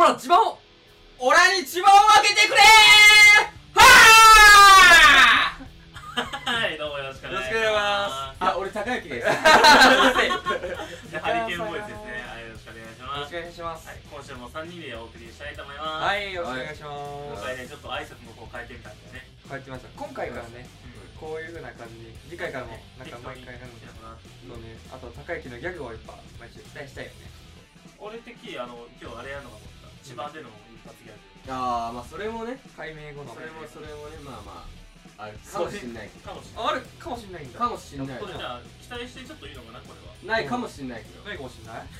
ら千葉をオラに千葉を開けてくれーはーはい、どうもよろしくお願いします。よろしくお願いしまあ、俺、高之です。よでハリケーンボーイズですね。はい、よろしくお願いします。ろしくお願いしますは。い、今週も三人でお送りしたいと思います。はい、よろしくお願いしま今す。回ね、ちょっと挨拶もこう変えてみたんでね。こうやってました。今回からね、こういう風な感じに、次回からも、なんか毎回なので、そうね、あと、高之のギャグをいっぱい、毎週期待したいよね。俺的あの今日あれやるのかと思った。千葉での一発ギャグ。ああまあそれもね解明後の。それもそれもねまあまああるかもしんないけかもしれない。ああるかもしんないんどだ。かもしんないこれじゃあ期待してちょっといいのかなこれは。ないかもしんないけどないかもしんない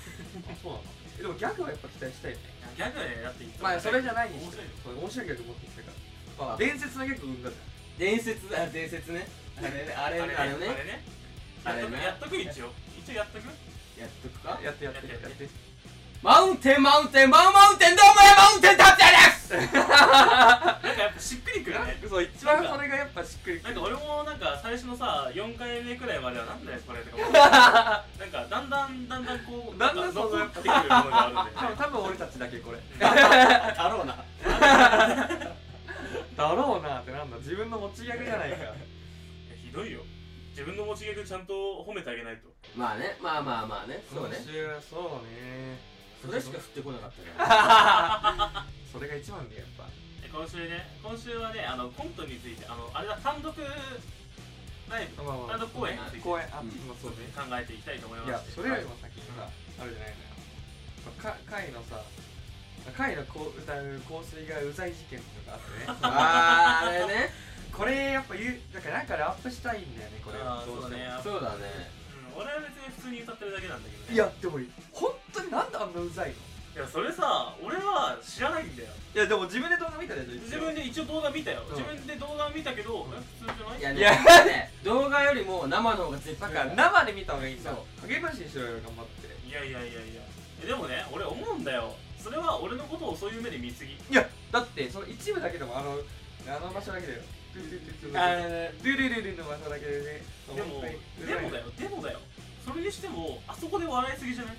そうなのえでもギャグはやっぱ期待したいよね。ギャグでやっていい。まあ、それじゃないに面して白いよ。そう面白いギャグ持ってきたから。まあ、あ伝説のギャグ生んだじゃん。伝説あ伝説ねあれねあれねあれねあれね。あれね。やっとく一応。一応やっとく。やっとくかやってやってややってやっってて。マウンテンマウンテンマウマウンテンどうもやマウンテン達也 ですなんかやっぱしっくりくるね。そう一番それがやっぱしっくりくなんるか俺もなんか最初のさ4回目くらいまではなんだよこれとか 思ってなんかだんだんだんだんこうだんだん残そうだってくるものがあるんだよ多ね分多分俺たちだけこれだろうなだろうなってなんだ自分の持ちギャグじゃないかいや ひどいよ自分の持ちギャグちゃんと褒めてあげないとまあねまあまあまあねそうね今週はそうねそれしか降ってこなかったからそれが一番でやっぱで今週ね今週はねあのコントについてあのあれだ単独ライブまあま単独公演について公演あ、うんまあそうね考えていきたいと思いいまやすそれよりも先にさ、あるじゃないのよ、まあ、か会のさ会のこう歌う香水がうざい事件とかあってねあーあれ ねこれやっぱ言うだからなんかラップしたいんだよねこれあーどしてもそうねそうだねうん、俺は別に普通に歌ってるだけなんだけどねいやでも本当になんであんなうざいのいやそれさ俺は知らないんだよいやでも自分で動画見たでしょ自分で一応動画見たよ、うん自分で動画見たけど、うんえ普通じゃないいやいやね動画よりも生の方が絶だ対かからら生で見た方がいいんだそう励ましにしろよ頑張っていやいやいやいやえでもね俺思うんだよそれは俺のことをそういう目で見すぎいやだってその一部だけでもあのあの場所だけだよドゥドゥドゥドゥドゥドゥルルルの場所だけでねでもでもだよよでもだよそれにしてもあそこで笑いすぎじゃない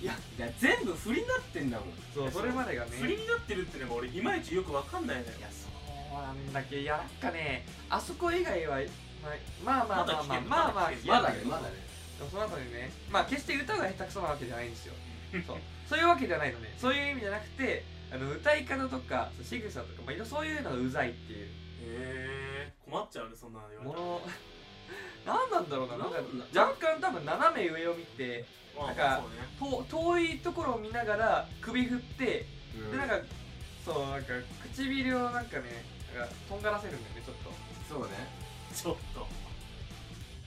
いやいや全部振りになってんだもんそうそれまでがね振りになってるってのが俺いまいちよくわかんないのよいやそうなんだけどいやなんかねあそこ以外はまあまあまあまあまあまあままだだねねままだだねねでもその後にねまあ決して歌が下手くそなわけじゃないんですよそうそういうわけじゃないのねそういう意味じゃなくてあの歌い方とか仕草とか、まあ、いろそういうのがうざいっていうへえ困っちゃうねそんなの言われもたらの 何なんだろうななんかなん若干多分斜め上を見てまあなんかそうねと遠いところを見ながら首振ってでなんかそうなんか唇をなんかねなんかとんがらせるんだよねちょっとそうねちょっと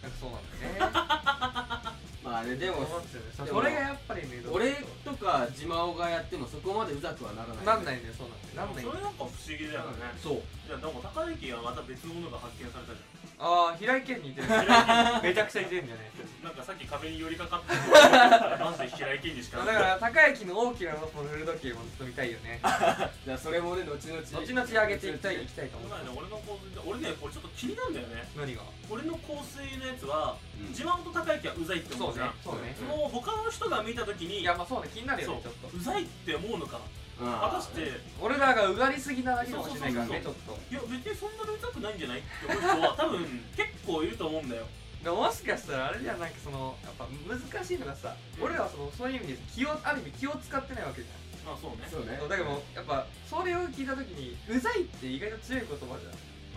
なんかそうなんだよねまあねででももそうでそもれがやっぱりねどう俺とか自慢がやってもそこまでうざくはならないなんないんだよそうなんそだれよなんなないんだよんか不思議だよねそういやでも高之はまた別物が発見されたじ ああ平井堅に似てるゃんめちゃくちゃ似てるんだよねなんかさっき壁に寄りかかってマジで平井堅にしまかあだから高之の大きなこの古時計もずっと見たいよねじゃあそれもね後々後々上げていきたいい後きたいとこ思の前うね俺の香水で俺ねこれちょっと気になるんだよね何が俺の香水のやつは々うん自慢と高之はうざいって思うじゃんそうねその他の人が見たときにいやまあそうね気になるよそうねちょっとうざいって思うのかうん果たしていや俺らがうがりすぎなだけかもしれないからねちそょっと別にそんなにうざくないんじゃないって思う人 は多分結構いると思うんだよでももしかしたらあれじゃんなんかそのやっぱ難しいのがさうん俺らはそのそういう意味で気をある意味気を使ってないわけじゃまあそうねそうねんそうだけどもやっぱそれを聞いた時にうざいって意外と強い言葉じ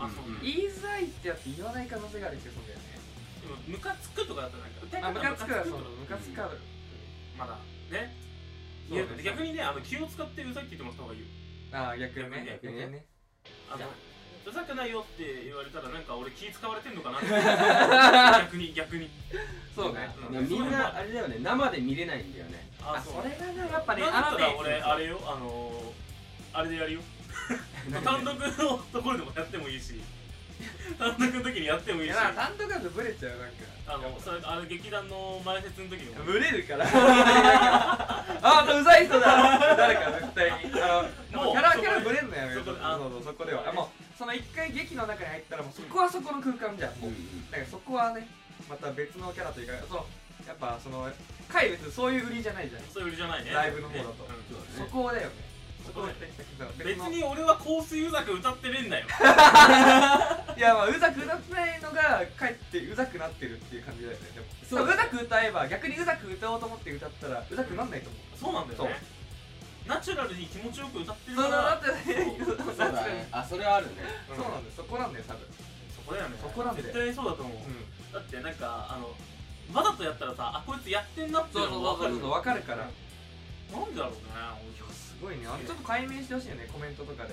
ゃんあそううんね言いづらいってやって言わない可能性がある気がするんだよねでもムカつくとかだったらなんか歌いあ方ムカつくからムカそのとかムカつくからまだねそうねいや逆にねあの気を使ってうざいって言ってもらった方がいいよああ逆にね逆にねあいやのうざくないよって言われたらなんか俺気使われてんのか なって逆に逆にそうねうんでもみんなあれだよね生で見れないんだよねあうそれがねやっぱねなんだったら俺あれれよあのーあれで やるよ単独のところでもやってもいいし単独の時にやってもいいいしやなんか単独だとブレちゃうなんかあのそれあの劇団の前説の時にもブレるから ああうざい人だ誰か絶対にあのもうキャラそこでキャラブレんのやめよそうそこでうあそうそこではあもうその一回劇の中に入ったらもうそこはそこの空間じゃんもうだからそこはねまた別のキャラというかそのやっぱその回別にそういう売りじゃないじゃんそういう売りじゃないねライブの方だうとんそこだよねそこは別に別に俺は香水うざく歌ってねえんだよいやまあうざく歌ってないのがかえってうざくなってるっていう感じだよねでもそううざく歌えば逆にうざく歌おうと思って歌ったらうざくなんないと思うそうなんだよねナチュラルに気持ちよく歌ってるそかうだらってそうそうだねあそれはあるねうんそうなんだよそこなんだよ多分そこだよねそこなんだよ絶対そうだと思ううんだってなんかあのわざとやったらさあこいつやってんなっていそううそのうもわかそうるそう分かるかならんでだろうねすごいねあれちょっと解明してほしいよねコメントとか で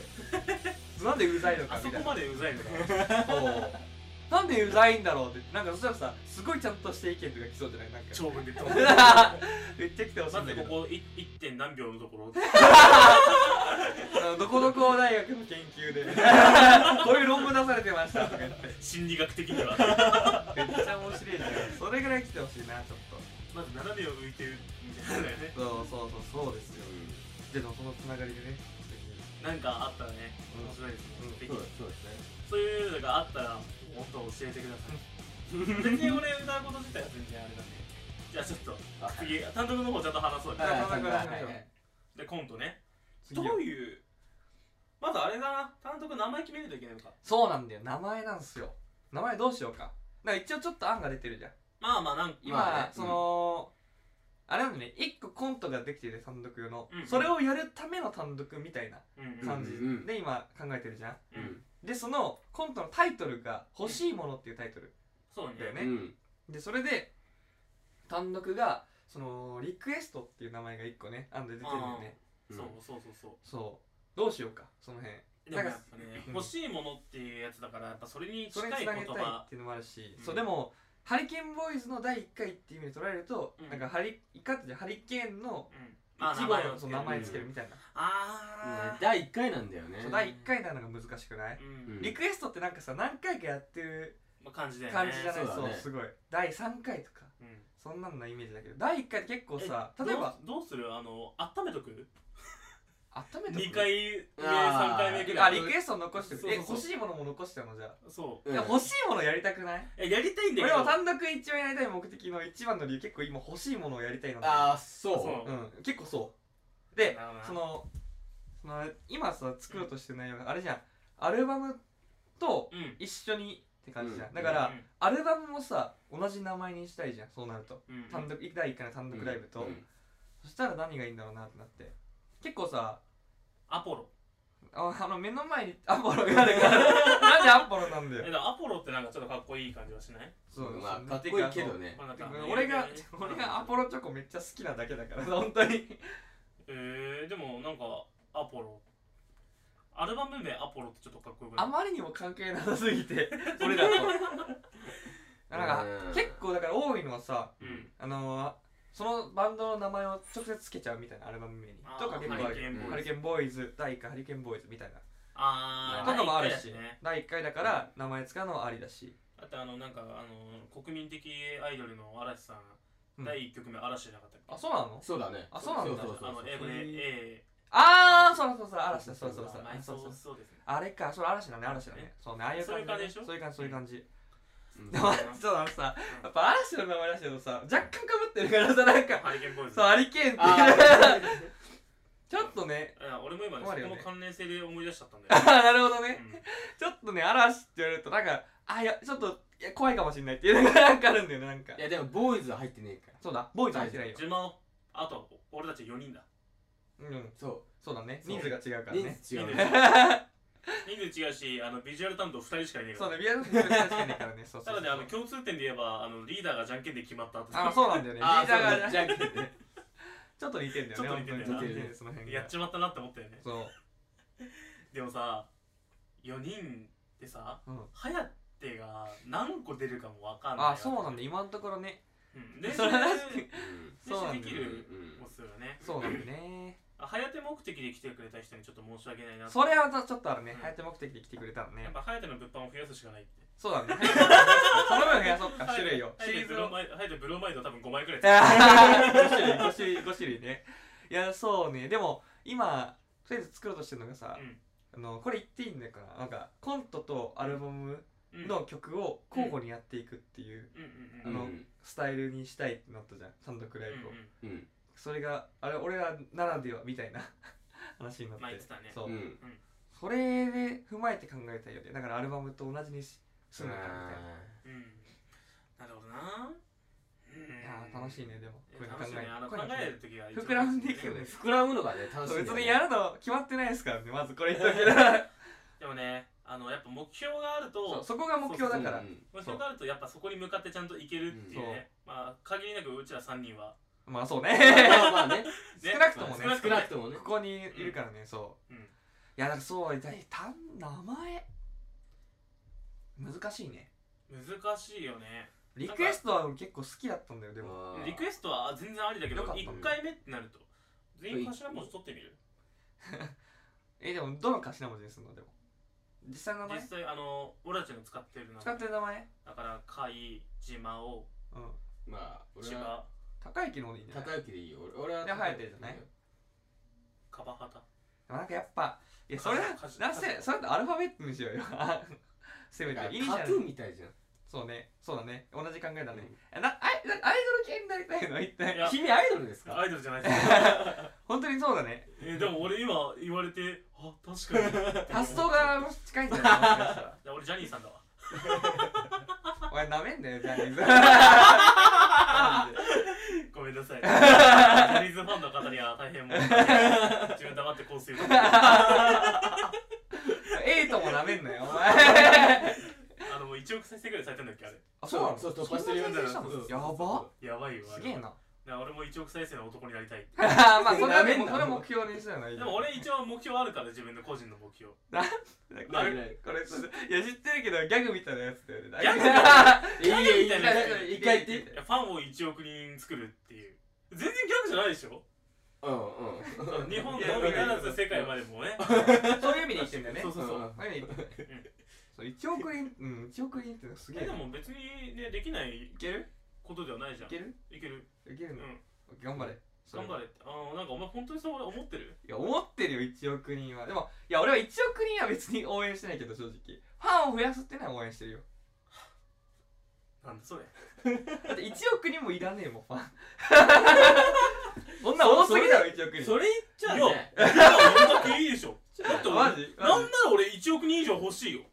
なんでうざいのあかそみたこいなまでうざいのか そうなんでうざいんだろうってなんかそしたらさすごいちゃんとした意見とか来そうじゃないなんか長文で言ってますめっちゃ来てほしいなんんだでけこどこい 1. 点何秒のところあのどこどこ大学の研究 でこういう論文出されてましたとか言って心理学的にはまめっちゃ面白いじゃんそれぐらい来てほしいなちょっとず斜めを向いてるみたいなねそうそうそうそうですよでもそのつながりでねなんかあったらねうん面白いですね、うんぜひそうそうですねそういうのがあったらもっと教えてください別に俺歌うこと自体は全然あれなんでじゃあちょっとあ次単独の方ちゃんと話そうよ、はいはいはいはいはいでコントね次どはういうまずあれだな単独名前決めないといけないのかそうなんだよ名前なんすよ名前どうしようかなんか一応ちょっと案が出てるじゃんまあまあなんか今、まあねその、あれなんだね一個コントができてて単独の、うんそれをやるための単独みたいなうん感じうんうんうんで今考えてるじゃんうんうんでそのコントのタイトルが「欲しいもの」っていうタイトルそうねだようね、んでそれで単独がそのリクエストっていう名前が一個ね案で出てるよねうんそうそうそうそうそうどうしようかその辺でもなやんっかぱねうん欲しいものっていうやつだからやっぱそれにそ近れいにつ言なげたい葉っていうのもあるし、うんそうでもハリケーンボーイズの第1回っていう意味で捉えると、うんなんかハリイカってじゃハリケーンのうんまあ一名号前をのそ付けうる名あ前つけるみたいな、あー第1回なんだよねそう第1回なのが難しくない、うんうんリクエストってなんかさ何回かやってるまあ感じだよね感じじゃそない、うだそうねすごい第3回とかうんそんなんのイメージだけど第1回って結構さえ例えばどうどうするあの温めとく温めて2回目3あー回目ぐあらいリクエスト残してるそうえそうそう欲しいものも残してたのじゃあ、そううんいや欲しいものやりたくないえやりたいんだけ俺ども単独一番やりたい目的の一番の理由結構今欲しいものをやりたいのでああそうそううん結構そうでなるほどなそのその今さ作ろうとしてる内容があれじゃんアルバムとうん一緒にって感じじゃん、うんだから、うんアルバムもさ同じ名前にしたいじゃんそうなるとうん単独第1回の単独ライブと、うんそしたら何がいいんだろうなってなって結構さアポロああの目の前にアポロがあ るからなんでアポロなんだえよだからアポロってなんかちょっとかっこいい感じはしないそうまあそうかっこいいけどねこれなんてかかあそうの俺が有名なね俺がアポロチョコめっちゃ好きなだけだから 本当にえー、でもなんかアポロアルバム名アポロってちょっとかっこよくないあまりにも関係なさす ぎて俺らとなんかうん結構だから多いのはさうんあのーそのバンドの名前を直接つけちゃうみたいなアルバム名にあーとか結構あハリケーるンボーイズハリケーンボーイズ第1回ハリケーンボーイズみたいなあーとかもある第一し回だね第1回だから名前使うのはありだしあとあのなんかあの国民的アイドルの嵐さん、うん第1曲目嵐じゃなかったっけあそうなのそうだねあそうなんだそうそうそうあの英語でへー A ああそうだそうだそうだ嵐だそうだそうだそうだまあそそううそそううそそううですねあれかそれ嵐だね嵐だねそうねああいう感じだそういう感じねでしょそういう感じそういう感 じうんでもそうなのさやっぱ嵐の名前出してるとさ若干かぶってるからさなんかハリケーンボーイズそうハリケーンってあいうーちょっとねいや俺も今ね困そるよこねの関連性で思い出しちゃったんだあよ、ーなるほどねうんちょっとね、嵐って言われると、なんか、あ、いや、ちょっと、いや、怖いかもしんないっていうのがなんかあるんだよね、なんかい。やでもボーイズは入ってねえからそうだ、ボーイズ入ってないよ。順番をあと俺たち4人だうん、そそうだね。そう人数が違ううから人ね。数違う人ね人数違うしあのビジュアル担当2人しかいねえかそらうだ、ビアドス確かにからね。そうそただうそう。ねあの共通点で言えばあのリーダーがじゃんけんで決まった後あ、そうなんだよね。リあーーダそうーだがじゃんけんね ちょっと似てんだよね、ちょっと似てんだよな本当に似てる、その辺やがっ。ちまったなって思ったよねそう。でもさ4人でさうんはやてが何個出るかもわかんないあ、そうなんだ、今のところね。うん練習それは確かうんに練そうな習んでだよきるもするよねそうなんだよね。あはやて目的で来てくれた人にちょっと申し訳ないなってそれはちょっとあるねう。ん早手目的で来てくれたのやねっ。ぱはやての物販を増やすしかないってそう だね。その分増やそうか、種類を。シリーズを。はやてブロマイド多分5枚くらい使う5種類5種類5種類ねいやそうねでも今とりあえず作ろうとしてるのがさ、あのこれ言っていいんだからなんかコントとアルバムうんうんの曲を交互にやっていくっていううんううんうんんあのスタイルにしたいってなったじゃん単独ライブを、うんうんうんそれがあれ俺らならではみたいな話になって、まあ言ってたねそう、うんそれで踏まえて考えたいよねだからアルバムと同じにしすそうるだのかみたいなうんなるほどなうんいやー楽しいねでもこういうの考楽しいねあのえ考こういうのえる時が一番膨らんでいくよね膨らむのがね楽しいそう別んだよねにやるの決まってないですからねまずこれ言っとけばでもねあのやっぱ目標があるそうとそこが目標だからうん目標があるとやっぱそこに向かってちゃんといけるっていうねまあ限りなくうちら3人はまあそうま ねあまあねね少なくともねまあ少なくともねここにいるからねそううんいやだからそうだた名前難しいね難しいよねリクエストは結構好きだったんだよでもうんリクエストは全然ありだけどよかったね1回目ってなると全員頭文字取ってみるえでもどの頭文字にするのでも実際の名実前際あの俺たちの使ってるな使ってる名前だから海島をうんまあ俺千は葉高い機能でいいんじゃない高行でいいよ俺俺はで隼人じゃないかばはたでもなんかやっぱいやそれだ数な数せそれだとアルファベットにしようよせめてイニシタャトゥルーみたいじゃんそうねそうだね同じ考えだねうん、えなアイアイドル系になりたいの一い体や君アイドルですかアイドルじゃないです 本当にそうだねえでも俺今言われてあ確かに発想が近いんじゃないもしかしたらいや俺ジャニーさんだわお前なめんだよジャニーズごめんな さいジャニーズファンの方には大変もう自分黙ってこうするあエイトもなめんなよお前のもう1億再生ぐらいされたんだっけあれあそうなのそうそうそんな突破してる再生したのそうそうやばやばいよあれはすげえなだから俺も1億再生の男になりたいまあそれはなめんなもうそれは目標にしたらないいでよも俺一応目標あるから自分の個人の目標これこれそういや知ってるけどギャグみたいなやつだよねいギャグいよいいよみたいな一回言っていやファンを1億人作るっていう全然ギャグじゃないでしょうんうん日本のみならず世界まで もねそういう意味で言ってんだよねそうそうそううんそういう意味でそう1億円うん1億円ってのはすげええでなも別にねできないいけることではないじゃいんけるいけるいけるうんの頑張れ頑張れってああなんかお前本当にそう俺思ってるいや思ってるよ1億人はでもいや俺は1億人は別に応援してないけど正直ファンを増やすってのは応援してるよなんだそれだって1億人もいらねえもん ファンそんな多すぎだろ1億人それ言っちゃういねや今は俺だっていいでしょだって俺マジなマんジなら俺1億人以上欲しいよ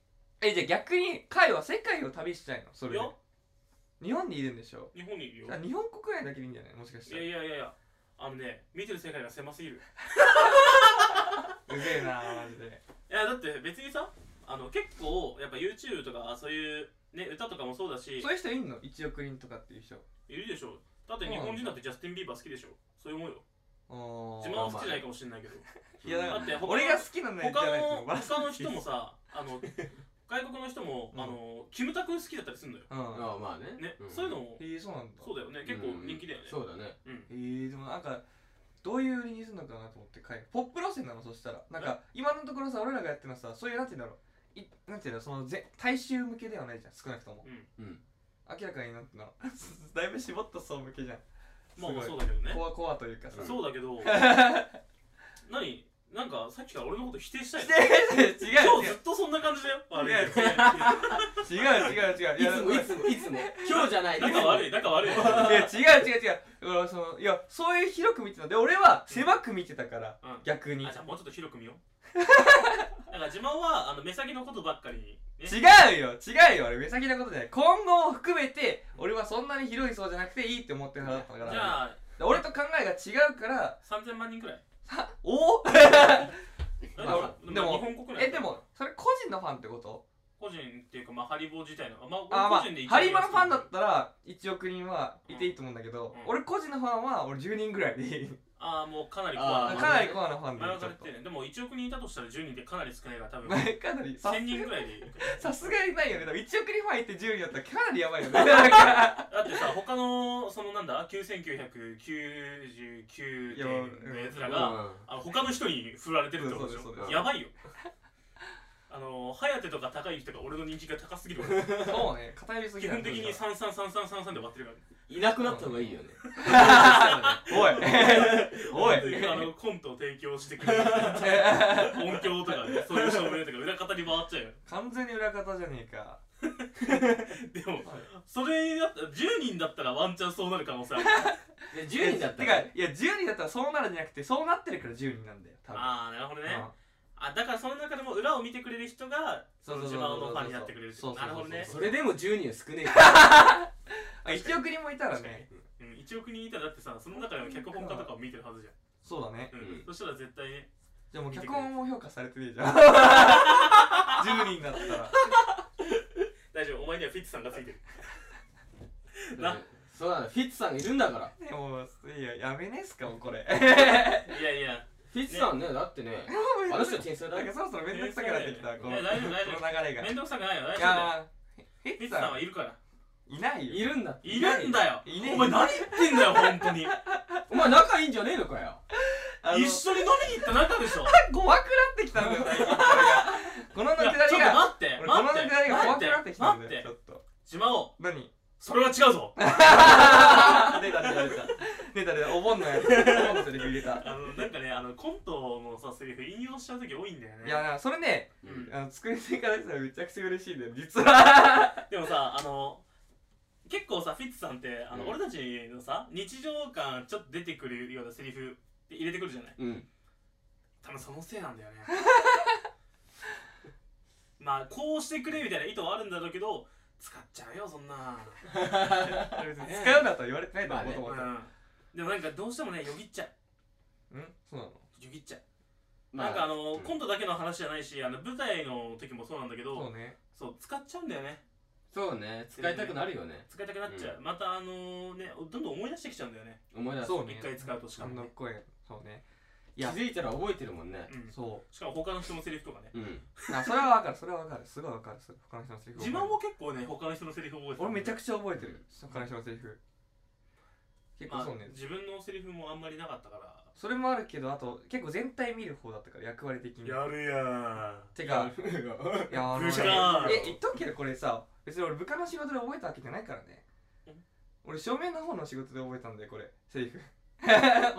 えじゃあ逆に海は世界を旅したいのそれいでや日本にいるんでしょ日本にいるよあ日本国内だけでいいんじゃないもしかしいたやらういやいやいやあのね見てる世界が狭すぎるぜえなマジでいやだって別にさあの結構やっぱ YouTube とかそういうね歌とかもそうだしそういう人いんの1億人とかっていう人いるでしょだって日本人だってジャスティン・ビーバー好きでしょそういうもんよお自分は好きじゃないかもしれないけどいやだかだってら他の俺が好きな のやつじゃ他ないの他のと人もさあ の外国の人もうんあのキムタク好きだったりするんだようんああまあねねんそういうのもえー、そうなんだそうだよね結構人気だよねうんそうだねうんえー、でもなんかどういう売りにするのかなと思って海ポップ路線なのそしたらなんか今のところさ俺らがやってるのはさそういうなんて言うんだろういなんて言うんだろうそのぜ大衆向けではないじゃん少なくともうん明らかになんて言うんだろう だいぶ絞った層向けじゃんまあまあすそごういだけどねコアコアというかさそうだけ ど何なんかさっきから俺のこと否定したいしのて違今う日ずっとそんな感じだよ悪い違う違うけどね違う違う違ういいやつもいつもいつも今日じゃない仲悪い仲悪 いいや違う違う違うだからそのいやそういう広く見てたで俺は狭く見てたから、うん逆に違あじゃあもうちょっと広く見よ うだから自慢はあの目先のことばっかりに、ね、うよ違うよ俺目先のことじゃない今後を含めて俺はそんなに広い層じゃなくていいって思ってる派だったからじゃあで俺と考えが違うから3000万人くらいさお だまあからで日も本国内えでもそれ個人のファンってこと個人っていうかまあハリボー自体のまあ、あま個あ人で一番ハリマのファンだったら1億人はいていいと思うんだけうど、ん俺個人のファンは俺10人ぐらいでいいああもうかなりあかーなりコアなファンで前分ちかょれってとるねでも1億人いたとしたら10人でかなり少ないから多 分かなりさ1000人ぐらいでいいさすがにないよね。でも1億人ファンいて10人だったらかなりやばいよ ね。なんかだってさ他のそのなんだ9999いや点のやつらが、があの他の人に振られてるってことでしそうそですうでょすやばいよあの颯とか高い人が俺の人気が高すぎるわそうね、偏りすぎ基だね本的に三三三三三三で終わってるからいなくなった方がいいよ ねおいおい本当にあのコントを提供してくれる音響とかねそういう照明とか裏方に回っちゃうよ完全に裏方じゃねえか。でもはいそれだったら10人だったらワンチャンそうなる可能性あるで10人だったいやらてかいや10人だったらそうなるんじゃなくてそうなってるから10人なんだよ多分ああなるほどねうんあだからその中でも裏を見てくれる人がその自慢のファンになってくれるってそうそうそうなそうるほどねそれでも10人は少ねえからあ1億人もいたらねうん、1億人いたらだってさその中でも脚本家とかを見てるはずじゃそうだねん、うんうんそしたら絶対ねじゃあもう脚本も評価されてねえじゃん10人だったら 大丈夫お前にはフィッツさんがついてるだってそうなんだフィッツさんがいるんだからねもういややめねえっすかもうこれいやいやフィッツさんねだってねあの人天才だなんよかそろそろ面倒くさくなってきたこのいやこ大丈夫大丈夫の流れが面倒くさくないよ大い丈夫だよやーフヒィッッツささんはいるからんいないよいるんだっているんだよいねえよお前何言ってんだよ本 当にお前仲いいんじゃねえのかよあの一緒に飲みに行った仲でしょ怖くなってきたんだよ最近これがこのいや下ちょっとりが待って俺こ待のっ下てりが怖くなってきたん待っだてよちょっと自慢を何出それは違う ぞた 出た出た出た出たお盆のやつお盆のセリフ入れたあのなんかねあのコントのさセリフ引用しちゃう時多いんだよねいやなんかそれねうんあの作り手からしたらめちゃくちゃ嬉しいんだよ実はでもさあの結構さフィッツさんってあの、うん俺たちのさ日常感ちょっと出てくるようなセリフって入れてくるじゃないうん多分そのせいなんだよね まあこうしてくれみたいな意図はあるんだろうけど使っちゃうよそんな、別に使うなとは言われてないだろうと思うったん、でもなんかどうしてもねよぎっちゃううんそうなのよぎっちゃう、まなんかあの、うんコントだけの話じゃないしあの舞台の時もそうなんだけどそうねそう使っちゃうんだよねそうね使いたくなるよね使いたくなっちゃう、またあのねどんどん思い出してきちゃうんだよね思い出すそうね一回使うとしかあもねの声そうねい気やづいたら覚えてるもんねうんそしかも他の人のセリフとかねうんうあそれはわかるそれはわかるすごいわかるそれ他の人のセリフ自慢も結構ね他の人のセリフ覚えてた俺めちゃくちちゃ覚えてる他の人のセリフ結構そうね自分のセリフもあんまりなかったからそれもあるけどあと結構全体見る方だったから役割的にるやん てかいやあの部下え言っとくけどこれさ別に俺部下の仕事で覚えたわけじゃないからねえ俺正面の方の仕事で覚えたんだよこれセリフだから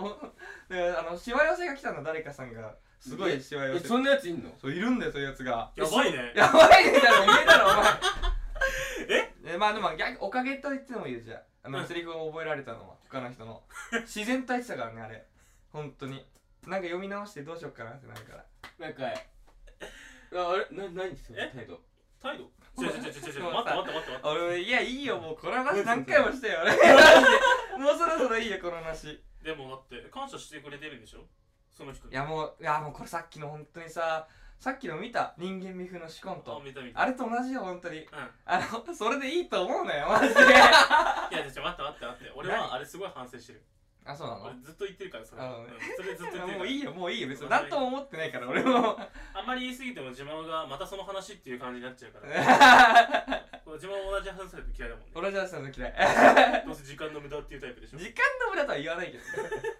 あのしわ寄せが来たの誰かさんがすごいしわ寄えせそんなやついんのそういるんだよそういうやつがやばいねやばいねだろ言えたろお前えまあでも逆おかげと言ってもいいよじゃああうのんセリフを覚えられたのは他の人の自然と言ってたからねあれ本当になんか読み直してどうしようかなってなるからなんかああれな何その態度態度ちょちょちょちょちょ待って待って待って待ってあ俺いやいいよもうこの話何回もしたよ俺 もうそろそろいいよこの話いでもだって感謝してくれてるんでしょその人にやもういやもうこれさっきの本当にささっきの見た人間味風のシコあンと見た見たあれと同じよ本当うにんあのそれでいいと思うなよマいジ でやちょちょ待って待って待って俺はあれすごい反省してるあそうなの俺ずっと言ってるからそれあのねうんそれずっと言ってるもかうらいいよもういいよ別に何とも思ってないから俺もあんまり言い過ぎても自慢がまたその話っていう感じになっちゃうからこれ自慢も同じ話されて嫌いだ もんね俺じゃあその嫌いどうせ時間の無駄っていうタイプでしょ時間の無駄とは言わないけど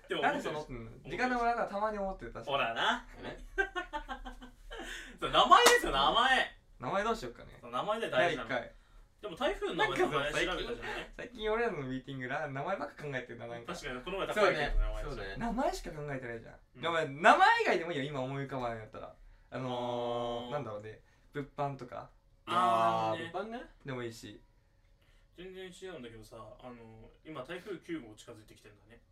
でもな思っんでてそるのうん時間の無駄とはたまに思ってる確かほにらなねそう名前ですよ名前名前どうしようかねそう名前で大第事な1の回でも台風の名前名なん前調か最べ近たじゃない最近俺らのミーティングら名前ばっか考えてるななんか確かにこの前そ高ういけねど名前そうだねね名前しか考えてないじゃん、うんでも名前以外でもいいよ今思い浮かばないんだったらあのあー、ーなんだろうね物販とかああーねー物販ねでもいいし全然違うんだけどさあの今台風9号近づいてきてるんだね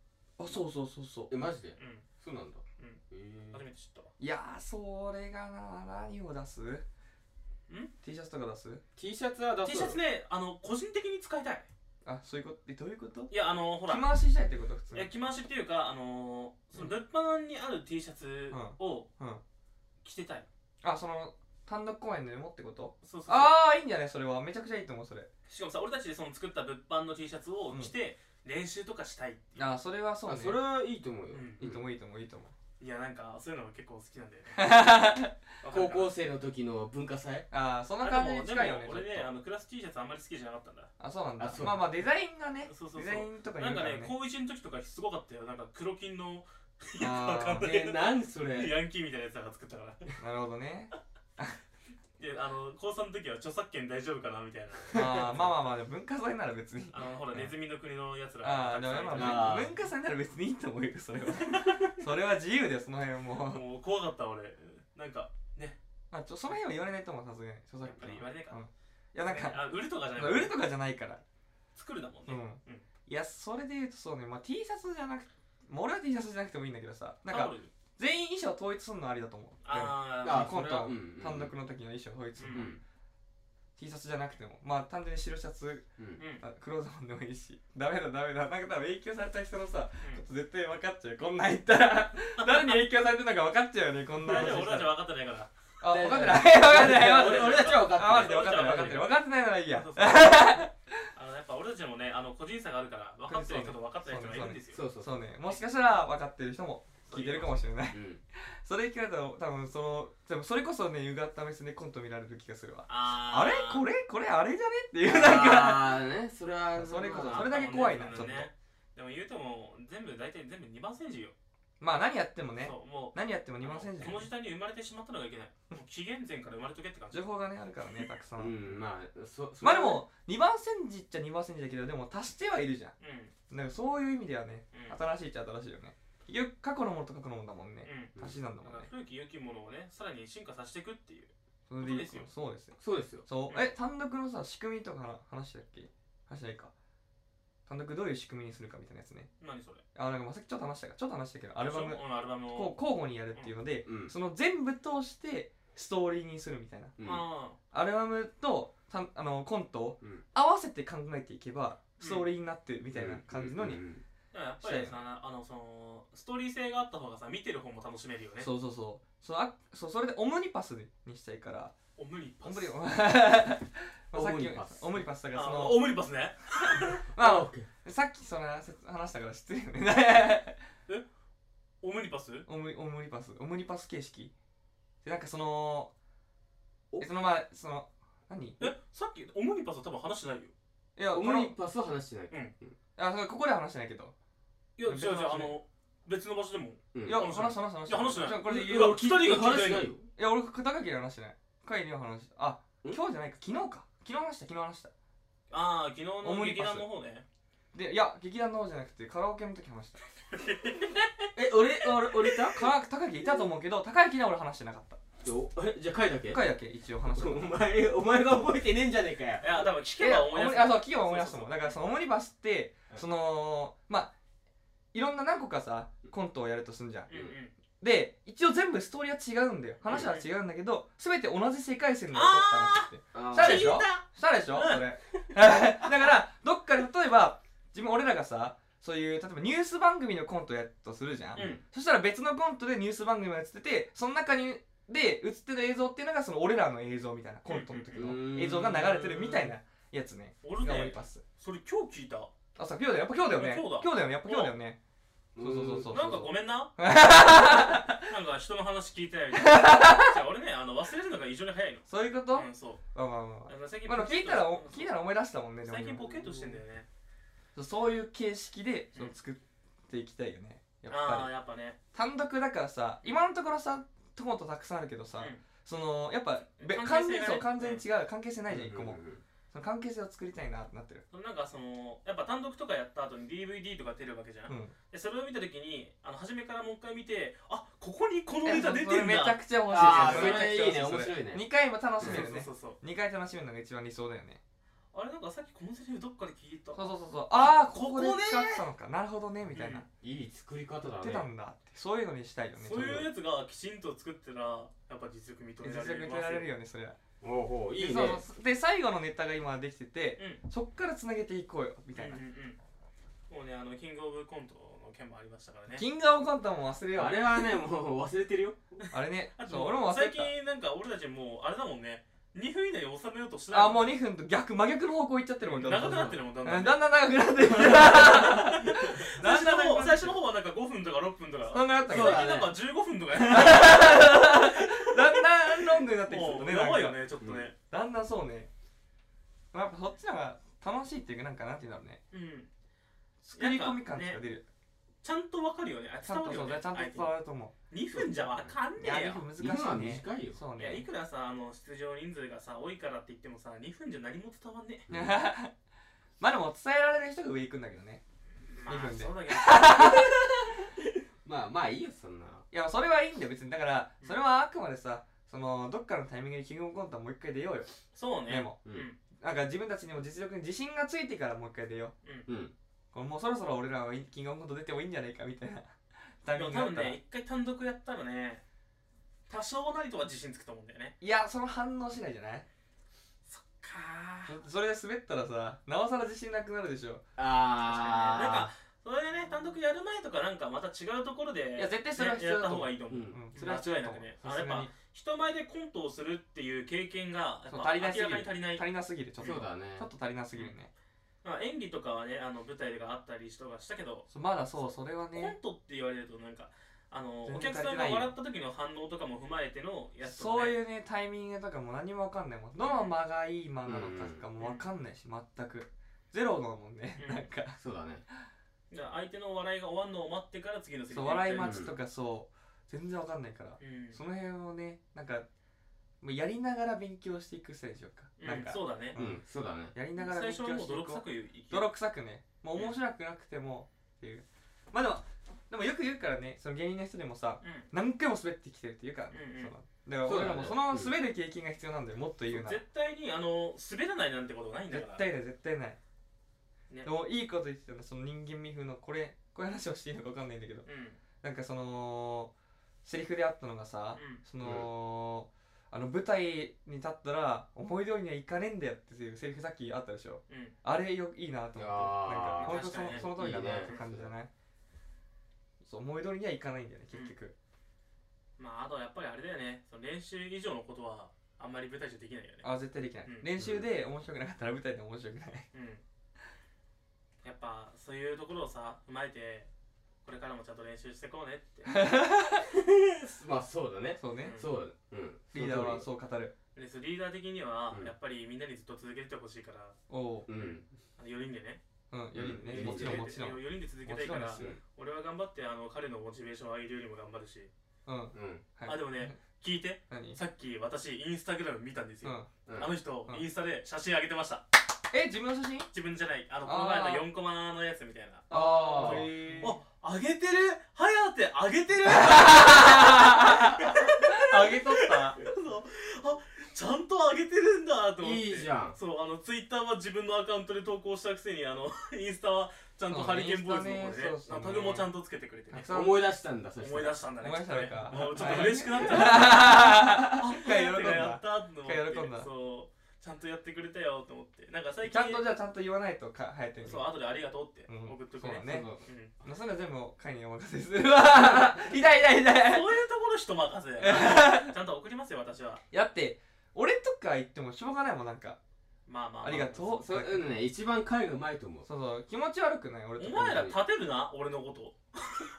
あそうそうそうそうえマジでうんそうなんだうんへ初めて知ったわいやーそれがな何を出すん T シャツとか出す T シャツは出そう T シャツねあの個人的に使いたいあそういうことえどういうこといやあのほら着回ししたいってこと普通いにや着回しっていうかあのその物販にある T シャツをうんうん着てたいあその単独公演でもってことそうそうそうああいいんじゃないそれはめちゃくちゃいいと思うそれしかもさ俺たちでその作った物販の T シャツを着て練習とかしたいっていうあーそれはそうあねそれはいいと思うようんいいと思ういいと思ういいと 思ういやなんかそういうのが結構好きなんだよ ねわかる高か校生の時の文化祭ああそんなあ感でじもに近いよねでちもょっ俺ねあとのクラス T シャツあんまり好きじゃなかったんだあそうなんだあそうまあまあデザインがねそうそうそうデザインとかになんよるかからねね高1の時とかすごかったよなんか黒金のあわーかんないえ何それヤンキーみたいなやつらが作ったからなるほどねであの高3の時は著作権大丈夫かなみたいなあーまあまあまあでも文化祭なら別にあのほらネズミの国のやつらああでたくさもんいたなまああー文化祭なら別にいいと思うよそれはそれは自由でその辺はもうもう怖かった俺なんかまあちょその辺は言われないと思うさすがに著やっ作ぱ権り言われないかうんやなんか、あ売るとかじゃない売るとかじゃないから作るだもんね、うんうんいやそれで言うとそうね、まあ、T シャツじゃなくてもう俺は T シャツじゃなくてもいいんだけどさなんタオかル全員衣装統一するのありだと思うあああコント、うんうん単独の時の衣装統一、うんうん T シャツじゃなくてもまあ単純に白シャツうんうんあ黒ズボンでもいいしダメだダメだなんか多分影響された人のさ、うんちょっと絶対分かっちゃうよこんなん言った ら誰に影響されてるのか分かっちゃうよねこんな大話丈夫俺したたちらは分かってないからあ大丈分夫かってない 分かってない俺分かってない俺たちは分あかマっジてでる分かってない分かってない分かってないならいいやそうそうあのやっぱ俺たちもねあの個人差があるから分かってる人と分かってない人がいるんですよそうそうそうねもしかしたら分かってる人も聞いてるかもしれないうんそれ聞かれたら多分そのでもそれこそねゆがった目線でコント見られる気がするわああれこれれこれあれじゃねっていう なんかああねそれはそれこまあそれだけ怖いなちょっとでも言うともう全部大体全部2番煎じよ まあ何やってもねそうもう何やっても2万千字この時代に生まれてしまったのがいけないもう紀元前から生まれとけって感じ情報がねあるからねたくさん、うんまあそそれまはあでも2番煎じっちゃ2番煎じだけどでも足してはいるじゃうんうんんなんかそういう意味ではねうん新しいっちゃ新しいよね結局過去のものと過去のものだもんねうん足しなんだだもんからね古き良きものをねさらに進化させていくっていうそれでいいそうですよそうですよそうですよそううんえ単独のさ仕組みとかの話だっけ話ないか単独どういう仕組みにするかみたいなやつね何それあなんかまあさっきちょっと話したかちょっと話したけどアルバムうんアルバムをこう交互にやるっていうのでうんその全部通してストーリーにするみたいなうんあアルバムとたあのコントをうん合わせて考えていけばストーリーになってるみたいな感じのにうんうんあやっぱりさあのそのストーリー性があった方がさ見てる方も楽しめるよねそうそうそうそうあそうそれでオムニパスにしたいからオムニパオスムニまあさオ っムきニパスオムニパスだからそあのオムニパスねまあオッケーさっきその話話したから知ってるよ ねオムニパスオムオムニパスオムニパス形式でなんかそのおえそのまあその何いえさっきオムニパスは多分話してないよやオこムニのパスは話してないからうんあそうここでは話してないけど、いや違う別違のう話ねあの別の場所でもうんいや話話ししててなないい話いや話してないじゃあこれで言いうやい聞いたりが話聞いたしてりないよや俺高木は話してない会議の話あん今日じゃないか昨日か昨日話した昨日話したああ昨日オのムニ劇パス団の方ねでいや劇団の方じゃなくてカラオケの時話したえ俺俺俺いたか高木いたと思うけど高木には俺話してなかったどうえじゃあ回だけ一回だけ一応話したお前お前が覚えてねえんじゃねえかよいや多分聞けいやば思い出すあそう聞けば思い出すと思そうそうそううだからそのオムニバスってうんそのまあいろんな何個かさコントをやるとすんじゃんうんうんで一応全部ストーリーは違うんだよ話は違うんだけけど全て同じ世界線で起こった話ってあーさらでし聞ょいたしたでしょ、それ だからどっかで例えば自分俺らがさそういう例えばニュース番組のコントやるとするじゃん、うんそしたら別のコントでニュース番組が映っててその中にで映ってる映像っていうのがその俺らの映像みたいなコントの時うーんの映像が流れてるみたいなやつね俺がオリねパスそれ今日聞いたあそう今日だよやっぱ今日だよね今日だ今日だよねやっぱ今日だよねそうそうそうそうなんかごめん ななんか人の話聞いてないみたいなじゃあ俺ねあの忘れるのが異常に早いのそういうこと、うんそうまあまあまだから最あ近まあでも聞いたらお聞いたらら思い出したもんねでも最近ポケットしてんだよねそうそういう形式でその作っていきたいよねやっぱりああーやっぱね単独だからさ今のところさトマトたくさんあるけどさ、うんそのやっぱべ関完係性全がねそう完全に違う関係性ないじゃん一個も、うんうんその関係性を作りたいなってなってるなんかそのやっぱ単独とかやった後に DVD とか出るわけじゃん、うんでそれを見た時にあの初めからもう一回見てあここにこのえネタそ出れてんめちゃだくちゃ面あ白ーそいめれちゃくいちゃいね面面白い白いね2回も楽しそうめるそうねそうそう2回楽しめるのが一番理想だよねあれなんかさっきこのセリフどっかで聞いたそうそうそうそうああここここねで使ってたのかなるほどねみたいな、うんいい作り方やだってたねんだってそういうのにしたいよねそういうちょやつがきちんと作ってたらやっぱ実力認っとめら実れる力認められるよねそれはおうおういいでねそうそうで最後のネタが今できててうんそっからつなげていこうよみたいな、うんうんうん、もうねあのキングオブコントの件もありましたからねキングオブコントも忘れようあれはねもう忘れてるよあれねあ、とそう、俺も忘れ最てた。近なんか俺たちもうあれだもんね2分以内に収めようとしてないあ、もう2分と逆、真逆の方向行っちゃってるもん、長くなってる。るもんだだんんだだんん長くなってる。 最初の方最だんだん長くなってる初の方はなんか5分とか6分とそかんなやった最けど、そうだだ近ねなんか15分と かやんだんロングになってきちゃっもたうね、やばいなよんねか。ちょっとねだんだんそうね。まあやっぱそっちの方が楽しいっていうか、なんかなんていうんだろうね。うん作り込み感とか出る。ちゃんとわかるよねあちゃ伝わんとるそようねだ、ちゃんと伝わると思2分じゃわかんねう。いや、えよ2分難し今はいね。短いよそういやいね。くらさあの出場人数がさ多いからって言ってもさ2分じゃ何も伝わんねえ うん まあでも、伝えられる人が上行くんだけどね。ま2あ分でそうだけど まあまあいいよそんないや、それはいいんだよ、別に。だから、それはあくまでさ、そのどっかのタイミングでキングオブコントはもう一回出ようよそうでねもううんんなんか自分たちにも実力に自信がついてからもう一回出よううんこれもうそろそろ俺らはいキングオブコント出てもいいんじゃないかみ たいなタイでミもン多分グだったら、ね一回単独やったらね多少なりとは自信つくと思うんだよねいやその反応次第じゃないそっかーそそれで滑ったらさなおさら自信なくなるでしょあーなんかそれでね単独やる前とかなんかまた違うところでいや絶対それは必ね要やだった方と思うがいいと思うう、うんんそれは必要だと思う間違いなくねさすがあに人前でコントをするっていう経験がやっそうぱ足り明なすぎらるかに足りない足りなすぎるちょっとそうだねちょっと足りなすぎるねまあ、演技とかはねあの舞台があったりとかしたけど、そうまだそうそれはコンねトって言われるとなんかあのお全然客さんが笑った時の反応とかも踏まえてのやつとそか、うね、いうねタイミングとかも何もわかんないもんどの間がいい間なのかとかもわかんないし全くゼロだもんねうんなんかそうだねだから相手の笑いが終わるのを待ってから次の席そうに行きた笑いい待ちとかそう全然わかんないからうんその辺をねなんかもうやりながら勉強していくスタイルでしようか、うんなんかそうだねうんそうだねやりながら最勉強初はもうしてい泥こ臭うくいき泥臭くねもう面白くなくてもっていうまあでもでもよく言うからねその芸人の人でもさうん何回も滑ってきてるっていうからね、うんうんそのだから俺らもそそうだのね滑る経験が必要なんだよもっと言うなら絶対にあの滑らないなんてことないんだか絶ら対ない絶対ない、ねでもいいこと言ってたのその人間味風のこれこういう話をしていいのか分かんないんだけどうんなんかそのセリフであったのがさ、うんその、あの舞台に立ったら思い通りにはいかねえんだよっていうセリフさっきあったでしょうんあれよいいなと思ってなんあかー本当そ,、確かにねその通りだないいねって感じじゃないそう思い通りにはいかないんだよね結局、まああとはやっぱりあれだよねその練習以上のことはあんまり舞台上できないよねああ絶対できない、うん練習で面白くなかったら舞台で面白くない、うんやっぱそういうところをさ踏まえてこれからもちゃんと練習してこうねって まあそうだねそうねんそうだねうんリーダーはそそう語るでそのリーダー的にはうんやっぱりみんなにずっと続けてほしいから、おおの通りうんあの4人でねうんよりね、うんもちろんもちろん4も人で続けたいちかろんでらすよ俺は頑張ってあの彼のモチベーションを上げるよりも頑張るし、うんはいうんあでもね聞いて何さっき私インスタグラム見たんですうよ、んうんあの人、うんインスタで写真上げてましたえ自分の写真自分じゃないあのこあーの前の4コマのやつみたいなああーーあ上げてるはやて上げて るあげとったそうあちゃんと上げてるんだと思っていいじゃんそうあのツイッターは自分のアカウントで投稿したくせにあの インスタはちゃんとハリケーンボーイズの方でねうんインスタねそうそうあのタグもちゃんとつけてくれてねたくさん思い出したんだそした思いら出したんだね思い出したのかきっとねもうちょっと嬉しくなった 一回喜んやっだたーって思って喜んだそうちゃんとやってくれたよと思ってなんか最ち近ゃんとじゃあちゃんと言わないとかはやてるそう後でありがとうってうん送っとくそうねだ、ねそううんまあそれは全部会にお任せするう わー痛い痛い痛いそういうところ人任せだよちゃんと送りますよ私はやって俺とか言ってもしょうがないもんなんかまあまあまありがとうそういうのね一番会がうまいと思うそうそう気持ち悪くない俺とおか前ら立てるな俺のこと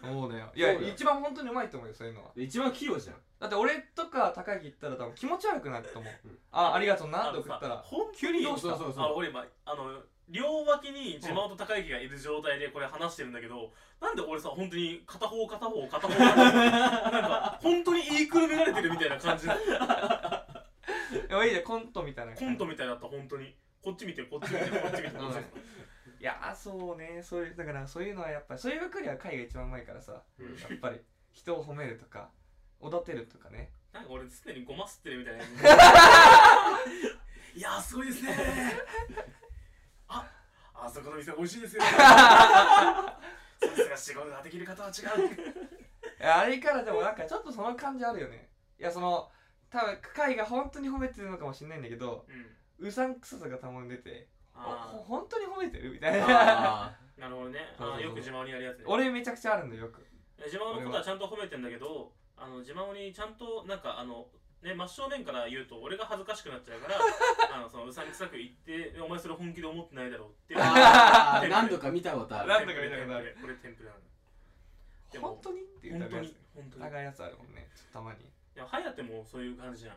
そうだよいそやうだよ一番本当にうまいと思うよそういうのは一番器用じゃんだって俺とか高木言ったら多分気持ち悪くなると思ううんあありがとうなあっての送ったさら本当急ににどうそうそうあそ俺今あの両脇に自慢と高木がいる状態でこれ話してるんだけどなんで俺さ本当に片方片方片方なんか 本当に言いくるめられてるみたいな感じでもいいじゃんコントみたいなコントみたいだった本当にこっち見てこっち見てこっち見てこっち見ていやーそうねそういうだからそういうのはやっぱりそういうくりは会が一番うまいからさやううんっぱり人を褒めるとかおだてるとかねなんか俺すでにゴマ吸ってるみ たいないやーすごいですねああそこの店美味しい ですよねさすが仕事ができる方は違ういやあれからでもなんかちょっとその感じあるよねいやその多分会が本当に褒めてるのかもしれないんだけどうんうさんくささがたまに出ておほあ本当に褒めてるみたいなああなるほどねそうそあうそうーよく自慢にやるやつね俺めちゃくちゃあるんだよよく自慢のことはちゃんと褒めてんだけどあの自慢にちゃんとなんかあのね真正面から言うと俺が恥ずかしくなっちゃ うからあのそのうさんくさく言ってお前それ本気で思ってないだろうって ーいうあー何度か見たことある何度か見たことあるこれテンプレなのでも本当にって本疑当うやに本つ当に疑うやつあるもんねちょっとたまにでも颯もそういう感じじゃん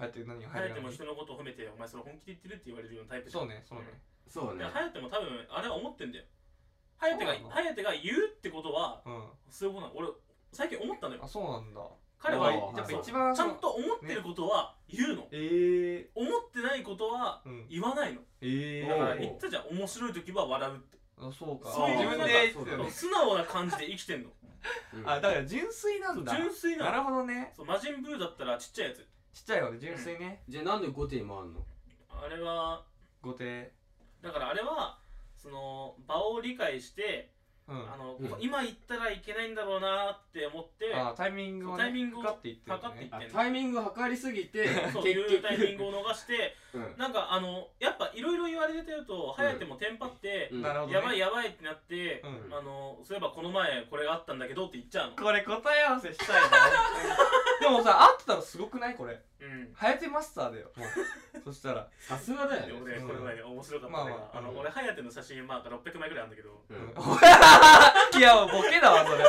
流行ってる何を流行颯るもの人のことを褒めてお前それ本気で言ってるって言われるようなタイプじゃんそうねそうねそうでね颯も多分あれは思ってんだよ颯がそうなの颯が言うってことはうんそういうことなの俺最近思ったのよあそうなんだ彼あはーやっぱそう一番ちゃんと思ってることは言うの、ええ思ってないことはうん言わないのええだからおう言ったじゃん面白い時は笑うってあそうかそういう自分でそうだそうだ素直な感じで生きてんのうんあだから純粋なんだ純粋 ななるほどねそう魔人ブーだったらちっちゃいやつちっちゃいわね純粋ねじゃあなんで後手に回るのあれは後手だからあれはその場を理解して、うんああのうん今行ったらいけないんだろうなって思ってータイミングをそうねタイミングを測っていってるの測っていねっあタイミングを測りすぎ て結そう局いうタイミングを逃してうんなんかあのやっぱいろいろ言われてると颯もテンパって、うんなるほどねやばいやばいってなって、うんあのそういえばこの前これがあったんだけどって言っちゃうの、 これ答え合わせしたいなでもさ会ってたらすごくないこれうんはやてマスターだよも うそしたらさすがだでよね俺これ前面白かったのが、まあまああのうん俺颯の写真まあ600枚ぐらいあるんだけどううんん いやボケだわそれ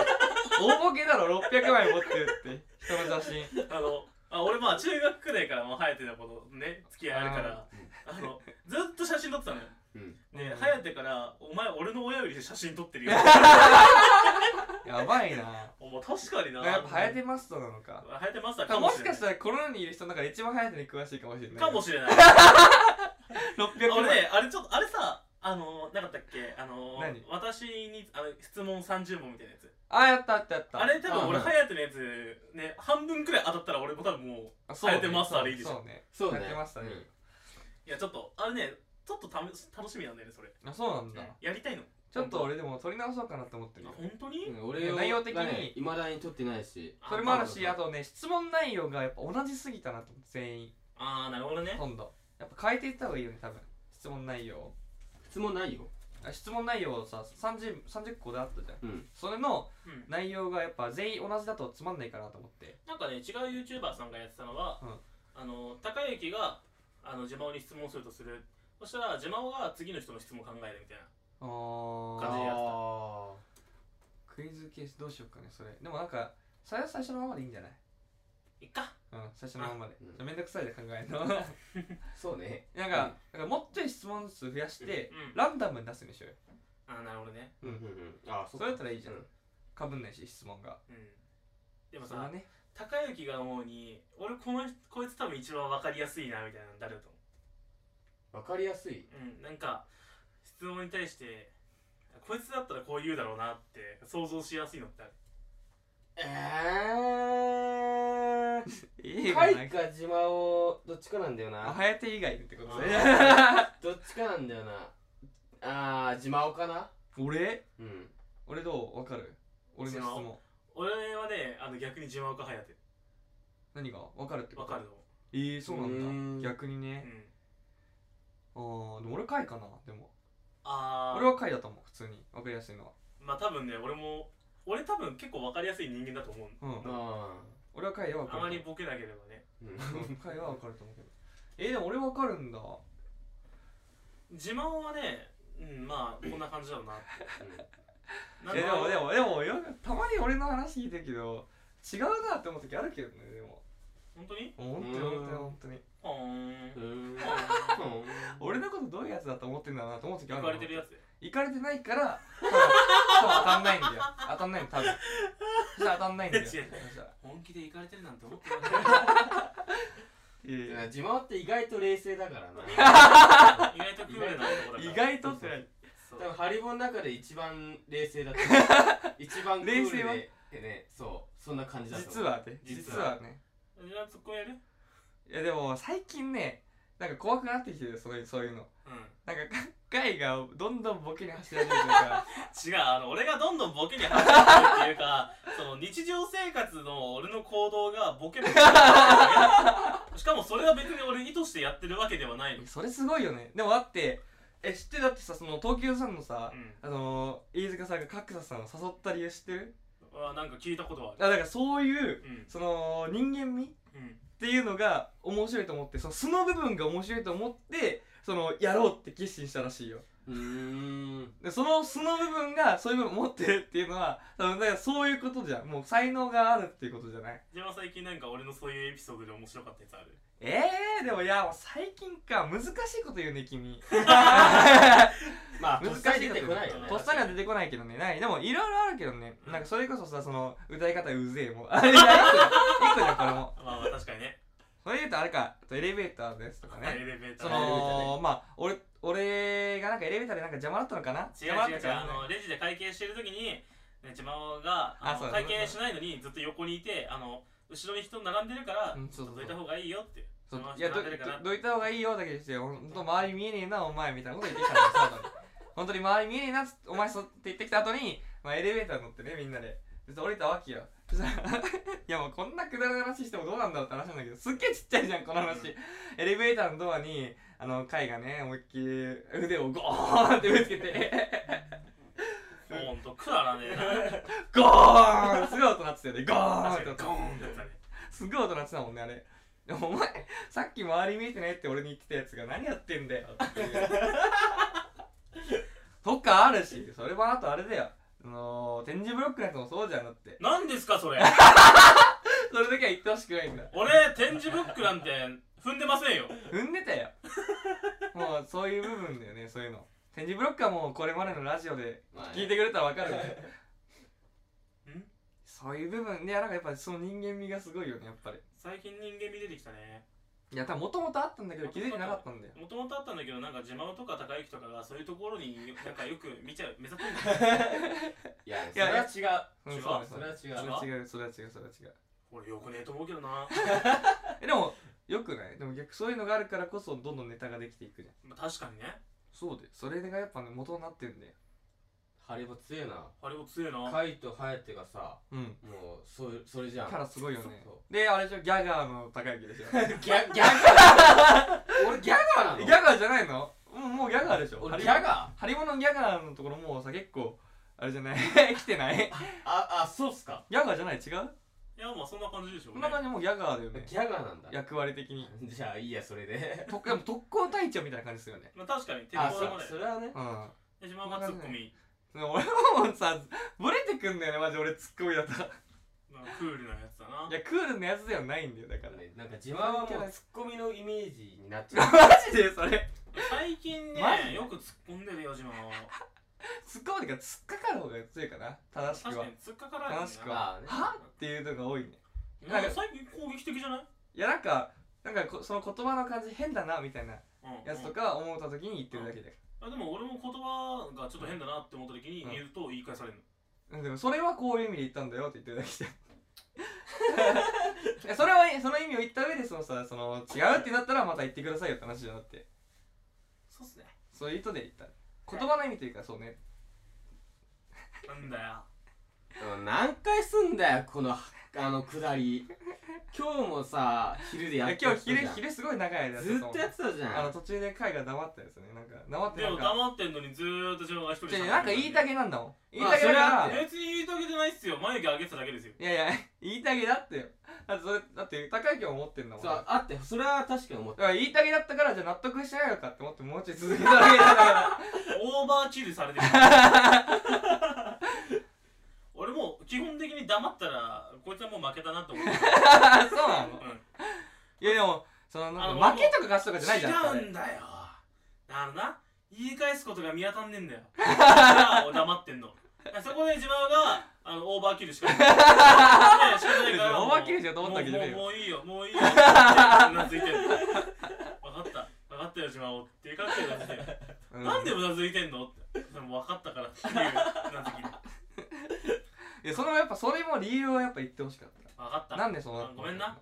大ボケだろ600枚持ってるって人の写真あのあ俺まあ中学くらいからもう颯のことね付き合いあるからあのずっと写真撮ってたのようんでうん颯から「お前俺の親より写真撮ってるよ」やばいなお前確かになやっぱはやてマスターなのか颯マスターだからかももししかれしなたらコロナにいる人の中で一番はやてに詳しいかもしれないいかもしれない600枚俺ねあれちょっとあれさあのなかったっけあの何私にあの質問30問みたいなやつあやったあったあったあれ多分俺あはい颯のやつね半分くらい当たったら俺も多分もあはやてマスターでいいでしょそうねそうやねってましたねういやちょっとあれねちょっとため楽しみなんだよねそれあそうなんだやりたいのちょっと俺でも撮り直そうかなって思ってるあよ本当に、うん俺を内容的にがね未だに取ってないしそれもあるましああとね質問内容がやっぱ同じすぎたなと思って全員ああなるほどねほとんどやっぱ変えていった方がいいよね多分質問内容を質問ないよあ質問内容をさ 30, 30個であったじゃんうんそれのうん内容がやっぱ全員同じだとつまんないかなと思ってなんかね違う YouTuber さんがやってたのは、うんあの高之があのジマオに質問するとするそしたらジマオが次の人の質問考えるみたいなあ感じーでやってたあクイズケースどうしようかねそれでもなんかそれは最初のままでいいんじゃないいっかうん最初のままであうんじゃあめんどくさいで考えるのーそうねなんか,、なんかもっちょい質問数増やして、うんランダムに出すんでしょうよあーなるほどねうんんあーそれだったらいいじゃんうんかぶんないし質問がうんでもそれはさね高之が思うに俺この人こいつ多分一番分かりやすいなみたいなの誰だと思わかりやすいううんなんか質問に対してこいつだったらこう言うだろうなって想像しやすいのってあるええいいカかなイかジマオどっちかなんだよあなはやて以外ってことね どっちかなんだよなあージマオかな俺うん俺どうわかる俺の質質問俺はねあの逆にジマオか颯何がわかるってこ分とかるのえー、そううーなんんだ逆にうねんあーでも俺回かなでもああ俺は回だと思う普通にわかりやすいのはまあ多分ね俺も俺多分結構分かりやすい人間だと思ううんあ俺は回はわかあるまりボケなければねーうんうん回はわかると思うけどえー、でも俺わかるんだ自慢はねうんまあこんな感じだろうなってなんえかでもでもでもよたまに俺の話聞いてるけど違うなって思う時あるけどねでも本当に本当にうーん本当に本当にポーうンんポーン俺のことどういうやつだと思ってんだなと思う時ある言のわれてるやつ行かれてないから多分多分当たんないんだよ当たんないの多分じゃあ当たん ないんだよ違うそしたら本気で行かれてるなんて思ってなえージマオって意外と冷静 だからない意外とクールな男だから意外とってないそ多う分ハリボンの中で一番冷静 だった一番クール冷静はででねそうそんな感じだと実思うはね実実ははねじゃあツッコミやるいやでも最近ねなんか怖くなってきてるそういうそういうのうんなんかガイがどんどんボケに走り始めてるから 違うあの俺がどんどんボケに走ってるっていう かその日常生活の俺の行動がボケボケだからねしかもそれは別に俺意図してやってるわけではないのそれすごいよねでもだってえ知ってだってさその東急さんのさ、うんあのー、飯塚さんが角田さんを誘った理由知ってるあなんか聞いたことはあるあだからそういううんその人間味っうんていうのが面白いと思ってその素の部分が面白いと思ってそのやろうって決心したらしいようーんでその素の部分がそういう部分持ってるっていうのは多分だからそういうことじゃんもう才能があるっていうことじゃないじゃあ最近なんか俺のそういうエピソードで面白かったやつあるえー、でもいやもう最近か難しいこと言うね君まあ難難しいしい出てこないよねとっさには出てこないけどねないでもいろいろあるけどねなんかそれこそさその歌い方うぜえもあれ一個じゃん一個じゃんこれもまあまあ確かにねそれで言うとあれかエレベーターですとかエねレベータそーねのまあ俺俺がなんかエレベーターでなんか邪魔だったのかな違邪う魔違うだっ違たうかあのレジで会計してる時にねちまおがああそのうだ会計しないのにずっと横にいてあの後ろに人並んでるからうんちそょうっとそどいうそうた方がいいよってそそのまうまいやど並んでるからどどういった方がいいよだけしてほんと周り見えねえなお前みたいなこと言ってきたのそうだね本当に周り見えねえなっつお前そうって言ってきた後にまあエレベーター乗ってねみんなでそして降りたわけよそしたら いやもうこんなくだらない話してもどうなんだろうって話なんだけどすっげえちっちゃいじゃんこの話うんエレベーターのドアにあの貝がね思いっきり腕をゴーンってぶつけてほんとくだらねえなゴーンすごい音鳴ってたよねゴーンっ確てかにゴ音ーンってやったねすごい音鳴ってたもんねあれでもお前さっき周り見えてないって俺に言ってたやつが何やってんだよっていうとかあるしそれもあとあれだよあのー、展示ブロックのやつもそうじゃんだって何ですかそれそれだけは言ってほしくないんだ俺展示ブックなんて踏んでませんよ踏んでたよもうそういう部分だよねそういうの展示ブロックはもうこれまでのラジオでまあ聞いてくれたらわかるんだよんそういう部分でなんかやっぱその人間味がすごいよねやっぱり最近人間味出てきたねいや多分もともとあったんだけど気づいてなかったんだよもともとあったんだけどなんか自慢とか高行とかがそういうところになんかよく見ちゃう目指すんだよいやいやそれはうん違うそうね違うそそれれはは違う違そうれは違うそれは違うそれは違う 俺よくねえと思うけどな、えでもよくないでも逆そういうのがあるからこそどんどんネタができていくじゃんまあ、確かにねそうでそれがやっぱね元になってるんだよハリボ強いなあれも強いなカイとハヤテがさうんもうそれそれじキゃャんラすごいよねそであれでしょギャガーの高雪でしょ ギギャギャガー 俺ギャガーなのャガーじゃないのもうもうギャガーでしょ俺ギャガーハリモのギャガーのところもうさ結構あれじゃない 来てないああそうっすかギャガーじゃない違ういやまあそんな感じでしょうこんねな感じもうギャガーだよねギャガーなんだ役割的にじゃあいいやそれでとでも特攻隊長みたいな感じするよねまあ確かに鉄あ砲そ玉でそれはねうんで自慢がツッコミ俺もさブレてくんだよねマジ俺ツッコミだったらまあクールなやつだないやクールなやつではないんだよだからなんか自慢はもうツッコミのイメージになっちゃうマジでそれ最近ねマジでよく突っ込んでるよ自慢は突っ込むから突っかかる方が強いかな正し確かくはに突っかからない正しよくなまあねはっていうのが多いねなんか最近攻撃的じゃないいやなんかなんかこその言葉の感じ変だなみたいなうんやつとか思った時に言ってるだけで、あでも俺も言葉がちょっと変だなって思った時にうん言うと言い返されるのうん、でもそれはこういう意味で言ったんだよって言ってるだけじ ゃんそれはその意味を言った上でそのさその違うってなったらまた言ってくださいよって話じゃなくてそうっすねそういう意図で言った言葉の意味というかそうねなんだようん何回すんだよこのあの下り今日もさ昼でやいっや今日てたじゃん昼昼すごい長い間やずっとやってたじあゃのん途中で海が黙ったやつねなんか黙ってでなんもか黙ってんのにずーっと自慢が一人で違うなんか言いたげげなんだもん言いまあたげだから、それはあ別に言いたげじゃないっすよ眉毛上げてただけですよいやいや言いたげだってよだってそれだって高い気を持ってんだもんそだうかあってそれは確かに思ったら言いたげだったからじゃあ納得してないのかって思ってもうちょい続けただけだ からオーバーキルさ れてる俺もう基本的に黙ったらこいつはもう負けたなと思ってる、あそうなのういやでもそのなあんのか負けとか勝ちとかじゃないじゃんん、そ違れうんだよあのな言い返すことが見当たんねえんだ よだから俺黙ってんのそこで自分があのオーバーキルしかないね仕方ないから オーバーキルしようと思ったわけじゃねえよもうもうもういいよもういいよってうなずいてんの分かった分かったよ自分をっていう感じでうなずいてうんなんでうなずいてんのってそれも分かったからっていううなずき分かいやそのやっぱそれも理由をやっぱ言ってほしかっったたなんでそのあごめんな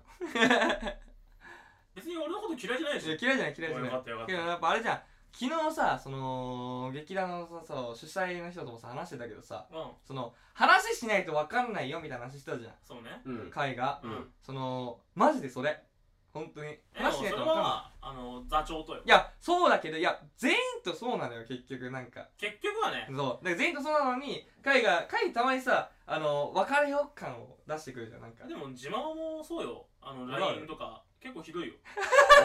別に俺のこと嫌いじゃないでいしょや嫌いじゃない嫌いじゃよないかったよかっけどたやっぱあれじゃん昨日さその劇団のさそう主催の人ともさ話してたけどさうんその話しないと分かんないよみたいな話してたじゃんそうねうん会がうんそのマジでそれ本当にえでも話しそれないと分かんなはあの座長とよいいやそうだけどいや全員とそうなのよ結局なんか結局はねそうだから全員とそうなのに会が会たまにさあの別れよう感を出してくるじゃんなんかでも自慢もそうよあのわかる LINE とか結構ひどいよ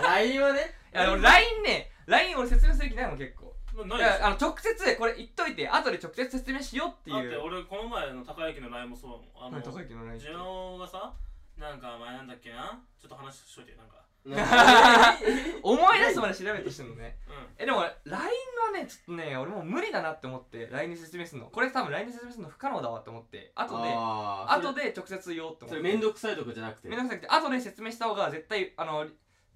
LINE はねいや俺 LINE ね LINE 俺説明する気ないもん結構なだいかでしらあの直接これ言っといて後で直接説明しようってょだっいてう俺この前の高之の LINE もそうだもんあの何高いの LINE 自慢がさなんか前なんだっけなちょっと話しといてなんか 思い出すまで調べてしてんのねうえでも LINE はねちょっとね俺もう無理だなって思って LINE に説明するのこれ多分 LINE に説明するの不可能だわって思って後であ後で直接言おうって思でそってれ面倒くさいとかじゃなくてめんどくさくて後で説明した方が絶対あの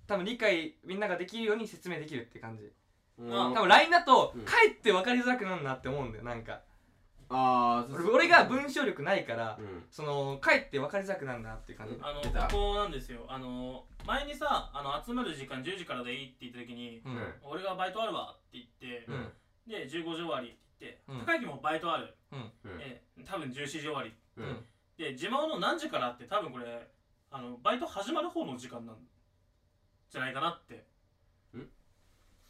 多分理解みんなができるように説明できるって感じうんあ多分 LINE だと、うんかえって分かりづらくなるなって思うんだよなんかあー俺俺が文章力ないから、うんそのかえって分かりづらくなるなっていう感じ、うんあの出たここなんですよあの前にさあの集まる時間10時からでいいって言った時にうん俺がバイトあるわって言って、うんで15時終わりって言って、うん高行もバイトある、うんうんええ多分14時終わりううんんで自慢の何時からって多分これあのバイト始まる方の時間なんじゃないかなって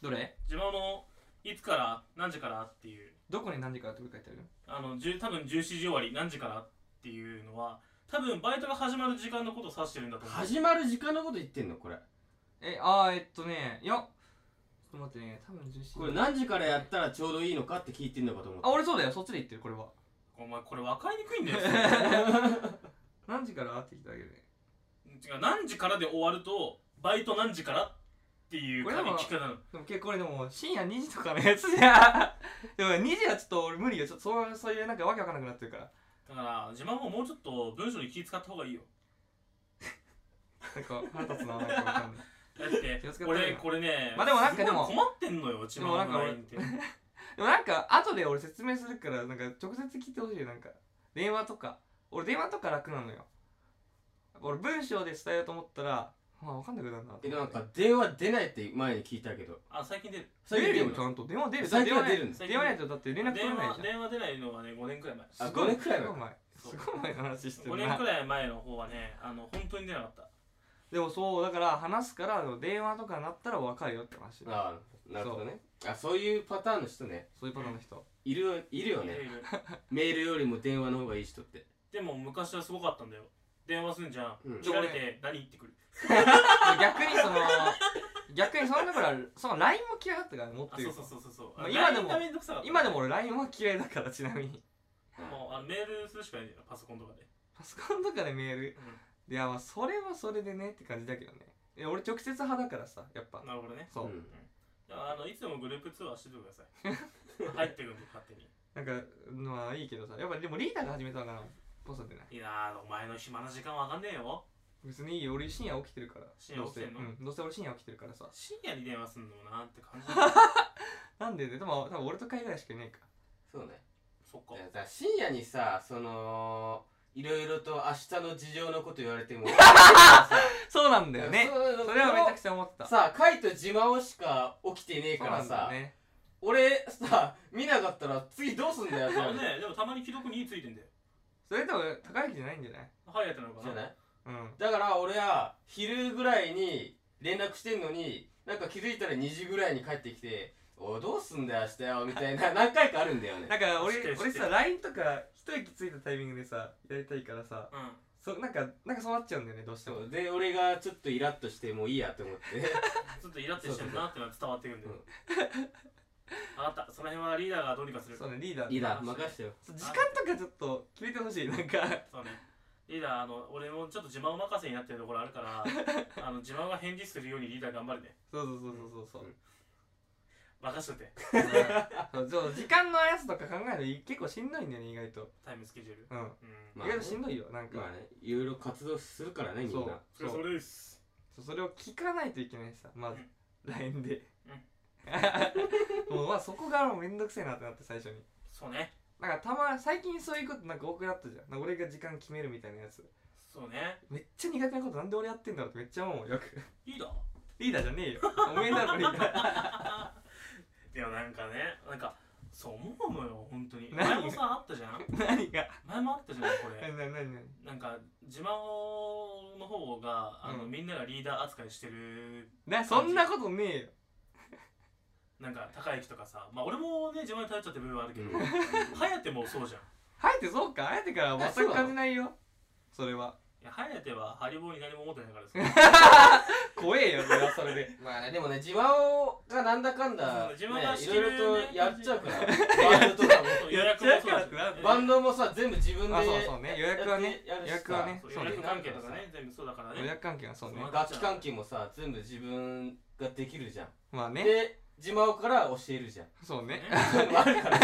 どれ自慢のいつから何時からっていうどこに何時からって書いてあるあの10多分14時終わり何時からっていうのは多分バイトが始まる時間のことを指してるんだと思う始まる時間のこと言ってんのこれえあーえっとねいやちょっと待ってね多分重視これ何時からやったらちょうどいいのかって聞いてんのかと思ったあ俺そうだよそっちで言ってるこれはお前これ分かりにくいんだよ 何時からって聞いただけどね違う何時からで終わるとバイト何時からっていうこれ書でもき方なのでも結構これでも深夜2時とかのやつじゃん でも2時はちょっと俺無理よちょっとそうそういうなんかわけわかんなくなってるからだから自慢ももうちょっと文章に気使った方がいいよなんか腹立つななんかわかん ないだって気を使った方がい俺いなこれねまあでもなんかでもすごい困ってんのよ自慢でもなんかの俺 LINE ってでもなんか後で俺説明するからなんか直接聞いてほしいなんか電話とか俺電話とか楽なのよ俺文章で伝えようと思ったらまあわかんなくなるなと思ってえでもなんか電話出ないって前に聞いたけどあ最近出る最出近る出よるちゃのんと電話出る最近は出電話るんです電話ないとだって連絡取れ電ない話じゃん電話出ないのはね5年くらい前あすごい5年くらい前すごい前そうすごい前の話し5てる年なくらい前の方はねあの本当に出なかったでもそうだから話すからでも電話とかなったら分かるよって話ああなるほどねあそういうパターンの人ねそういうパターンの人いるよいるよいろいねろメールよりも電話の方がいい人ってでも昔はすごかったんだよ電話すんじゃん、うん切られて何言ってくる逆にその逆にそのだからその LINE も嫌いだったから持っあてそるうそうそうそうそうまあ今で LINE もがめんどくさかった今でも俺 LINE は嫌いだからちなみにもうあのメールするしかないんだよパソコンとかで、パソコンとかでメールういやまあそれはそれでねって感じだけどねいや俺直接派だからさやっぱん、なるほどねそう、んだからあのいつでもグループ通話しててくだ さい入ってくるんで勝手になんかまあいいけどさやっぱでもリーダーが始めたのからぽさでないいやーお前の暇な時間わかんねえよ別にいいよ俺深夜起きてるから深夜起きてんのどうせ,、うん、どうせ俺深夜起きてるからさ深夜に電話すんのもなって感じ なんでねでも多分俺と会ぐらいしかいないかそうねそっかいやだから深夜にさそのいろいろと明日の事情のこと言われ ても そうなんだよねそうそれはめちゃくちゃ思ってたさあカイと自慢をしか起きてねえそかうならんだよさ、ね俺さ見なかったら次どうすんだよってでなもるじねでもたまに既読についてんだよそれ多分高いじゃないんじゃないはいやってなのかゃなないうんだから俺は昼ぐらいに連絡してんのになんか気づいたら2時ぐらいに帰ってきて「おいどうすんだよ明日よ」みた いな何回かあるんだよねなんか俺知ってる俺知ってさ LINE とか一息ついたタイミングでさやりたいからさうんそなんかなんかそうなっちゃうんだよねどうしてもそうで俺がちょっとイラッとしてもういいや と思ってちょっとイラッとしてるなってのは伝わってくるんだようん分かったその辺はリーダーがどうにかするそうねリーダーいいだ任してよそう時間とかちょっと決めてほしいなんかそうね。リーダー、あの、俺もちょっと自慢任せになってるところある から、あの、自慢が返事するようにリーダー頑張るね。そうそうそうそうそうそううん任しといて。そうそう時間のやつとか考えるの結構しんどいんだよね意外とタイムスケジュール。うんうん。まあ意外としんどいよなんかまあねいろいろ活動するからねみんそなうそうれです。そうそれを聞かないといけないしさまずう LINE で もうまあそこがもうめんどくせえなってなって最初にそうね。なんかたま最近そういうことなんか多くなったじゃんなんか俺が時間決めるみたいなやつそうね。めっちゃ苦手なことなんで俺やってんだろうってめっちゃ思うよく リーダーリーダーじゃねえよおめえだろリー ダーでもなんかね、なんか、そう思うのよ、本当に。何前もさ、あったじゃん何が前もあったじゃん、これ。何何何なんか、自慢の方が、あの、うんみんながリーダー扱いしてる、なそんなことねえよなんか、高い木とかさ、まあ俺もね、自慢に頼っちゃってる部分はあるけど、うんハヤテもそうじゃん。生えてそうか生えてからは全く感じないよそれはや颯はハリボーに何も思ってないからですよ怖えよそれはそれで まあねでもね自慢がなんだかんそだ、うね、自い慢がしてろるいろとやっちゃ うからバンドとかもそう予約もそうだし予約はえバンドもさ全部自分であそうそうね予約はねやってやるしさ予約はねそうそ予うね約関係とかね全部そうだから予ね約関係はそうねそう楽器関係もさ全部自分ができるじゃんまあねで自慢から教えるじゃんそうね ねそういうのあるから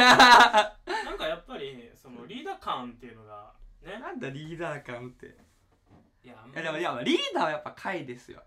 なんかやっぱりそのリーダー感っていうのがねなんだリーダー感っていいやあんまやりでもいやリーダーはやっぱ回ですよ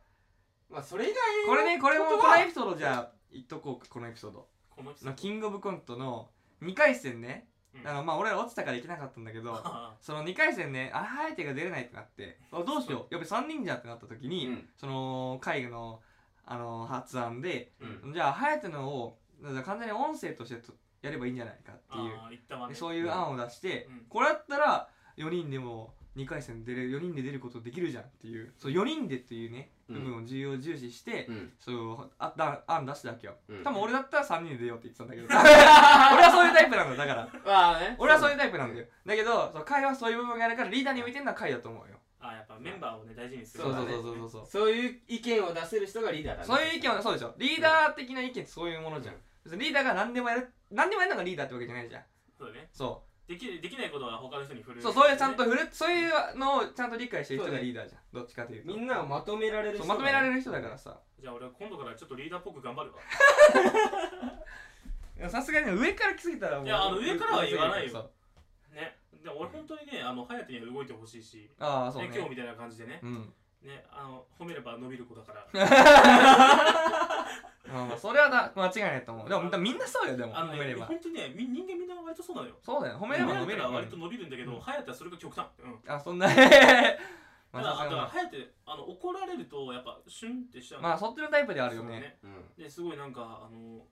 まあそれ以外これねこれもことこはのエピソードじゃあ言っとこうかこのエピソードこの人のキングオブコントの2回戦ね、うんあのまあ俺ら落ちたから行けなかったんだけどその2回戦ねあハヤテが出れないってなってあどうしようやっぱ3人じゃんってなった時に、うんその会議のあの発案でうんじゃあハヤテのをだから完全に音声としてとやればいいんじゃないかっていうああ言ったわでねそういう案を出して、うんこれだったら4人でも2回戦出れる4人で出ることできるじゃんっていうそう4人でっていうねう部ん分を重要重視して、うんそうあだ案出したわけよ、うん多分俺だったら3人で出ようって言ってたんだけど 俺はそういうタイプなんだだからまあね俺はそういうタイプなんだよだけどそう会はそういう部分があるからリーダーに向いてるのは会だと思うよあやっぱメンバーをね大事にするそうだそうねそうそうそうそうそういう意見を出せる人がリーダーだねそういう意見はそうでしょリーダー的な意見ってそういうものじゃんうん別にリーダーが何でもやる何でもやるのがリーダーってわけじゃないじゃんそうだねそうできできないことは他の人に振るそう、そういうちゃんと振る、そういうのをちゃんと理解してる人がリーダーじゃん。どっちかというと。みんなをまとめられるそう人まとめられる人だからさ。じゃあ俺今度からちょっとリーダーっぽく頑張るわいやさすがにね上から来すぎたらもう。いやあの上からは言わないよそうねでも俺本当にねあの隼人には動いてほしいしああ、そうねね。今日みたいな感じでねうん。ねあの褒めれば伸びる子だからまあまあ、それはな間違いないと思う。でもみんなそうよ、でも。あの褒めねれば。本当にねみ人間みんな割とそうなのよそうだよ。褒褒めれば褒伸びめるたよら。割とうん伸びるんだけうど隼人はそれが極端うんあ、そんな。 たまあ、ださあすとがはま隼人あの怒られるとやっぱシュンってしちゃあうのまあ、そっちのタイプではあるよそうね。うんですごいなんかあの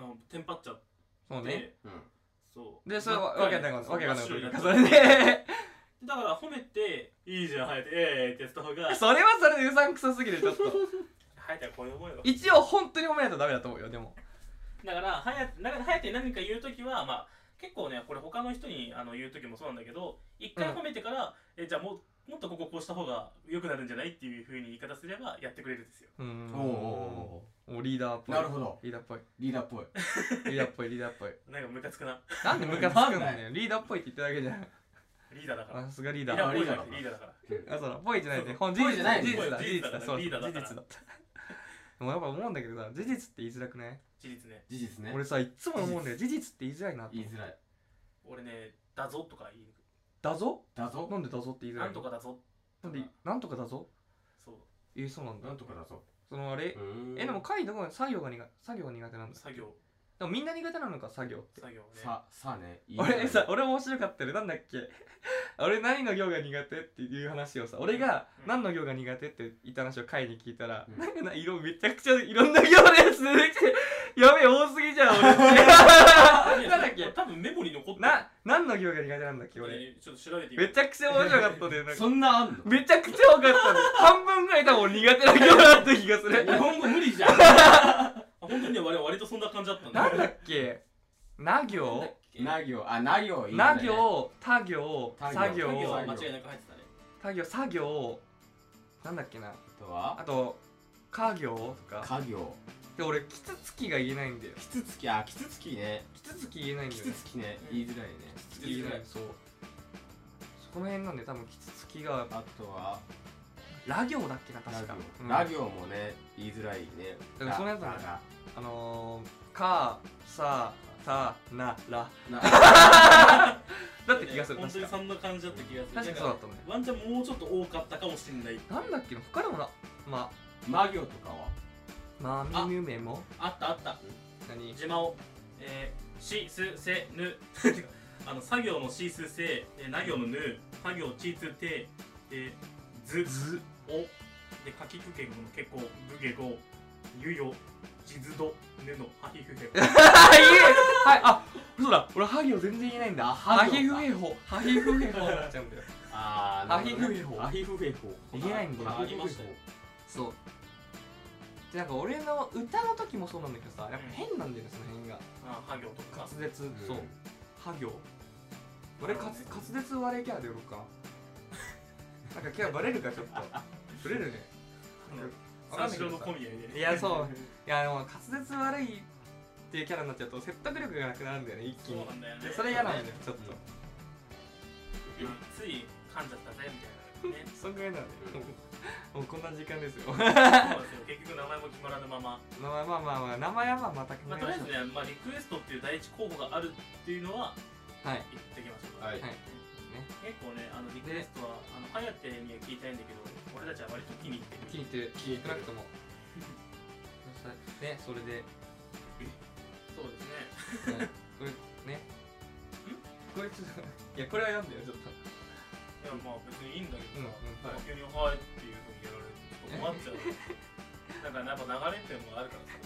なんかテンパっちゃっそうね。てうんそうで、それはわけわかんないこと。わけわかんないこと言うから。それ真っ白になっちゃう で、だから褒めていいじゃん隼人ええってやった方 がそれはそれでうさんくさすぎる、ちょっと。隼人はこういう思いを一応、本当に褒めないとダメだと思うよ、でも。だから、はや、だから、はやて何か言うときは、まあ、結構ね、これ他の人にあの言うときもそうなんだけど、一回うん褒めてから、え、じゃあもう、もっとこここうした方が良くなるんじゃないっていうふうに言い方すればやってくれるんですよ。うん。おうおうおおリーダーっうぽいなるほどリーダーっぽいリーダーっぽいリーダーっぽいリーダーっぽいなんかムカつくな。なんでムカつくんなだんなよリーダーっぽいって言っただけじゃんリーダーだから。あさすがリーリダーダーーっあぽリいーじダゃなーだくてリーダーだから。あそうだぽいじゃないねぽ本事実ぽいじゃない事実だぽい事実だそうリーダーだだ事から実だった でもやっぱ思うんだけどさ事実って言いづらくない事実ね。事実ね俺さいつも思うんだよ事実って言いづらいなと言思いうづらい俺ね、だぞとか言う。だぞだぞなんでだぞって言いづらないんのとかだぞ。なんでなんとかだぞそう。言えそうなんだなんとかだぞそのあれえでも会とか作業が苦作業が苦手なんだ作業、でもみんな苦手なのか作業って作業ね。ささね言いづらい俺さ俺面白かったよなんだっけ 俺何の行が苦手っていう話をさ俺がうん何の行が苦手って言った話を会に聞いたら、うんなんかな色めちゃくちゃいろんな行のやつ出てきてやべえ多すぎじ ゃん俺っていやなんだっけ多分メモに残ってるな何の行が苦手なんだっけ俺ねちょっと調べてみめる。ちゃくちゃ面白かったんだよなんかそんなあんのめちゃくちゃ多かったんだよ半分ぐらい多分苦手な行だった気がする日本語無理じゃんあ本当にね、割割とそんな感じだったんだ。なんだっけな行な行あな行言いづらないね行他行他作行作業業は間違いなく入ってたね。他行作業なんだっけなあとはあと家業とか家業で俺キツツキが言えないんだよキツツキあキツツキねキツツキ言えないんだキよツねツキね言いづらいねキツツキ言えないそうそこの辺なんで多分キツツキがあとはラ行だっけなラ確か行うんラ行もね言いづらいねでもそのやつはねラあのーかさたならラだって気がする本当確にかそんな感じだった気がする。確かそうだったねワンチャンもうちょっと多かったかもしれない。なんだっけな他でもなまマ行とかはまみむめもあったあった。何自慢を。えー、し、す、せ、ぬ。 あの、作業のし、す、せ、えーな行のぬ、作業、ち、つ、て、で、ず、ずお。で、かきくけごのけこ、ぶげご、ゆよ、じずど、ぬの、はひふへ。 あ言えはいあ嘘だ俺ハ行全然言えないんだあハ行かヒフヘホハヒフヘホになっちゃうんだよあーなるほどねアヒフヘホ言えないんだよありましたよそうでなんか俺の歌の時もそうなんだけどさやっぱ変なんだよねその辺があ、は行とか滑。舌、そそうう ハ行俺滑滑舌悪いキャラでやろうかなんか今日バレるかちょっとブレるねわかん三ない四郎のけどさ小宮でねいやそういやでも滑舌悪いっていうキャラになっちゃうと説得力がなくなるんだよね一そ気にうなんだよねでそれ嫌なんだよねちょっとつい噛んじゃったぜみたいなねそんぐらいなんでもうもうこんな時間です よそうですよ結局名前も決まらぬまままあまあまあまあ名前はまあまた考まあえとりあまえしょずうねまあリクエストっていう第一候補があるっていうのははい言ってきましたはいはい結構ねあのリクエストはあの颯には聞いたいんだけど俺たちは割と気に入って気るに入って気に入って少なくともねそれ でそうですねこれねこれちょっといやこれは読んでよちょっといやまあ別にいいんだけうんどうんさ、はい急に「はい」っていうふうにやられると困っちゃう なんかやっぱ流れっていうのもあるからさ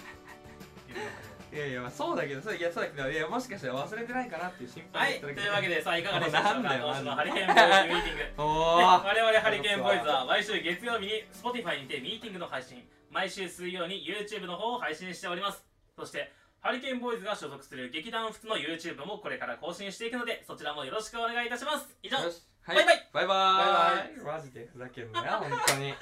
世の中にいやいやまあそうだけどそういやそうだけどいやもしかしたら忘れてないかなっていう心は配い、がと働いうわけけで さあいかがでしたでしょうかなんだよ今週のなんだよハリケーンボーイズミーティングおねお我々ハリケーンボーイズは毎週月曜日に Spotify にてミーティングの配信毎週水曜に YouTube の方を配信しておりますそしてハリケーンボーイズが所属する劇団普通の YouTube もこれから更新していくのでそちらもよろしくお願いいたします以上よし、はバイバイバイバーイバイマジでふざけんなよ、本当に。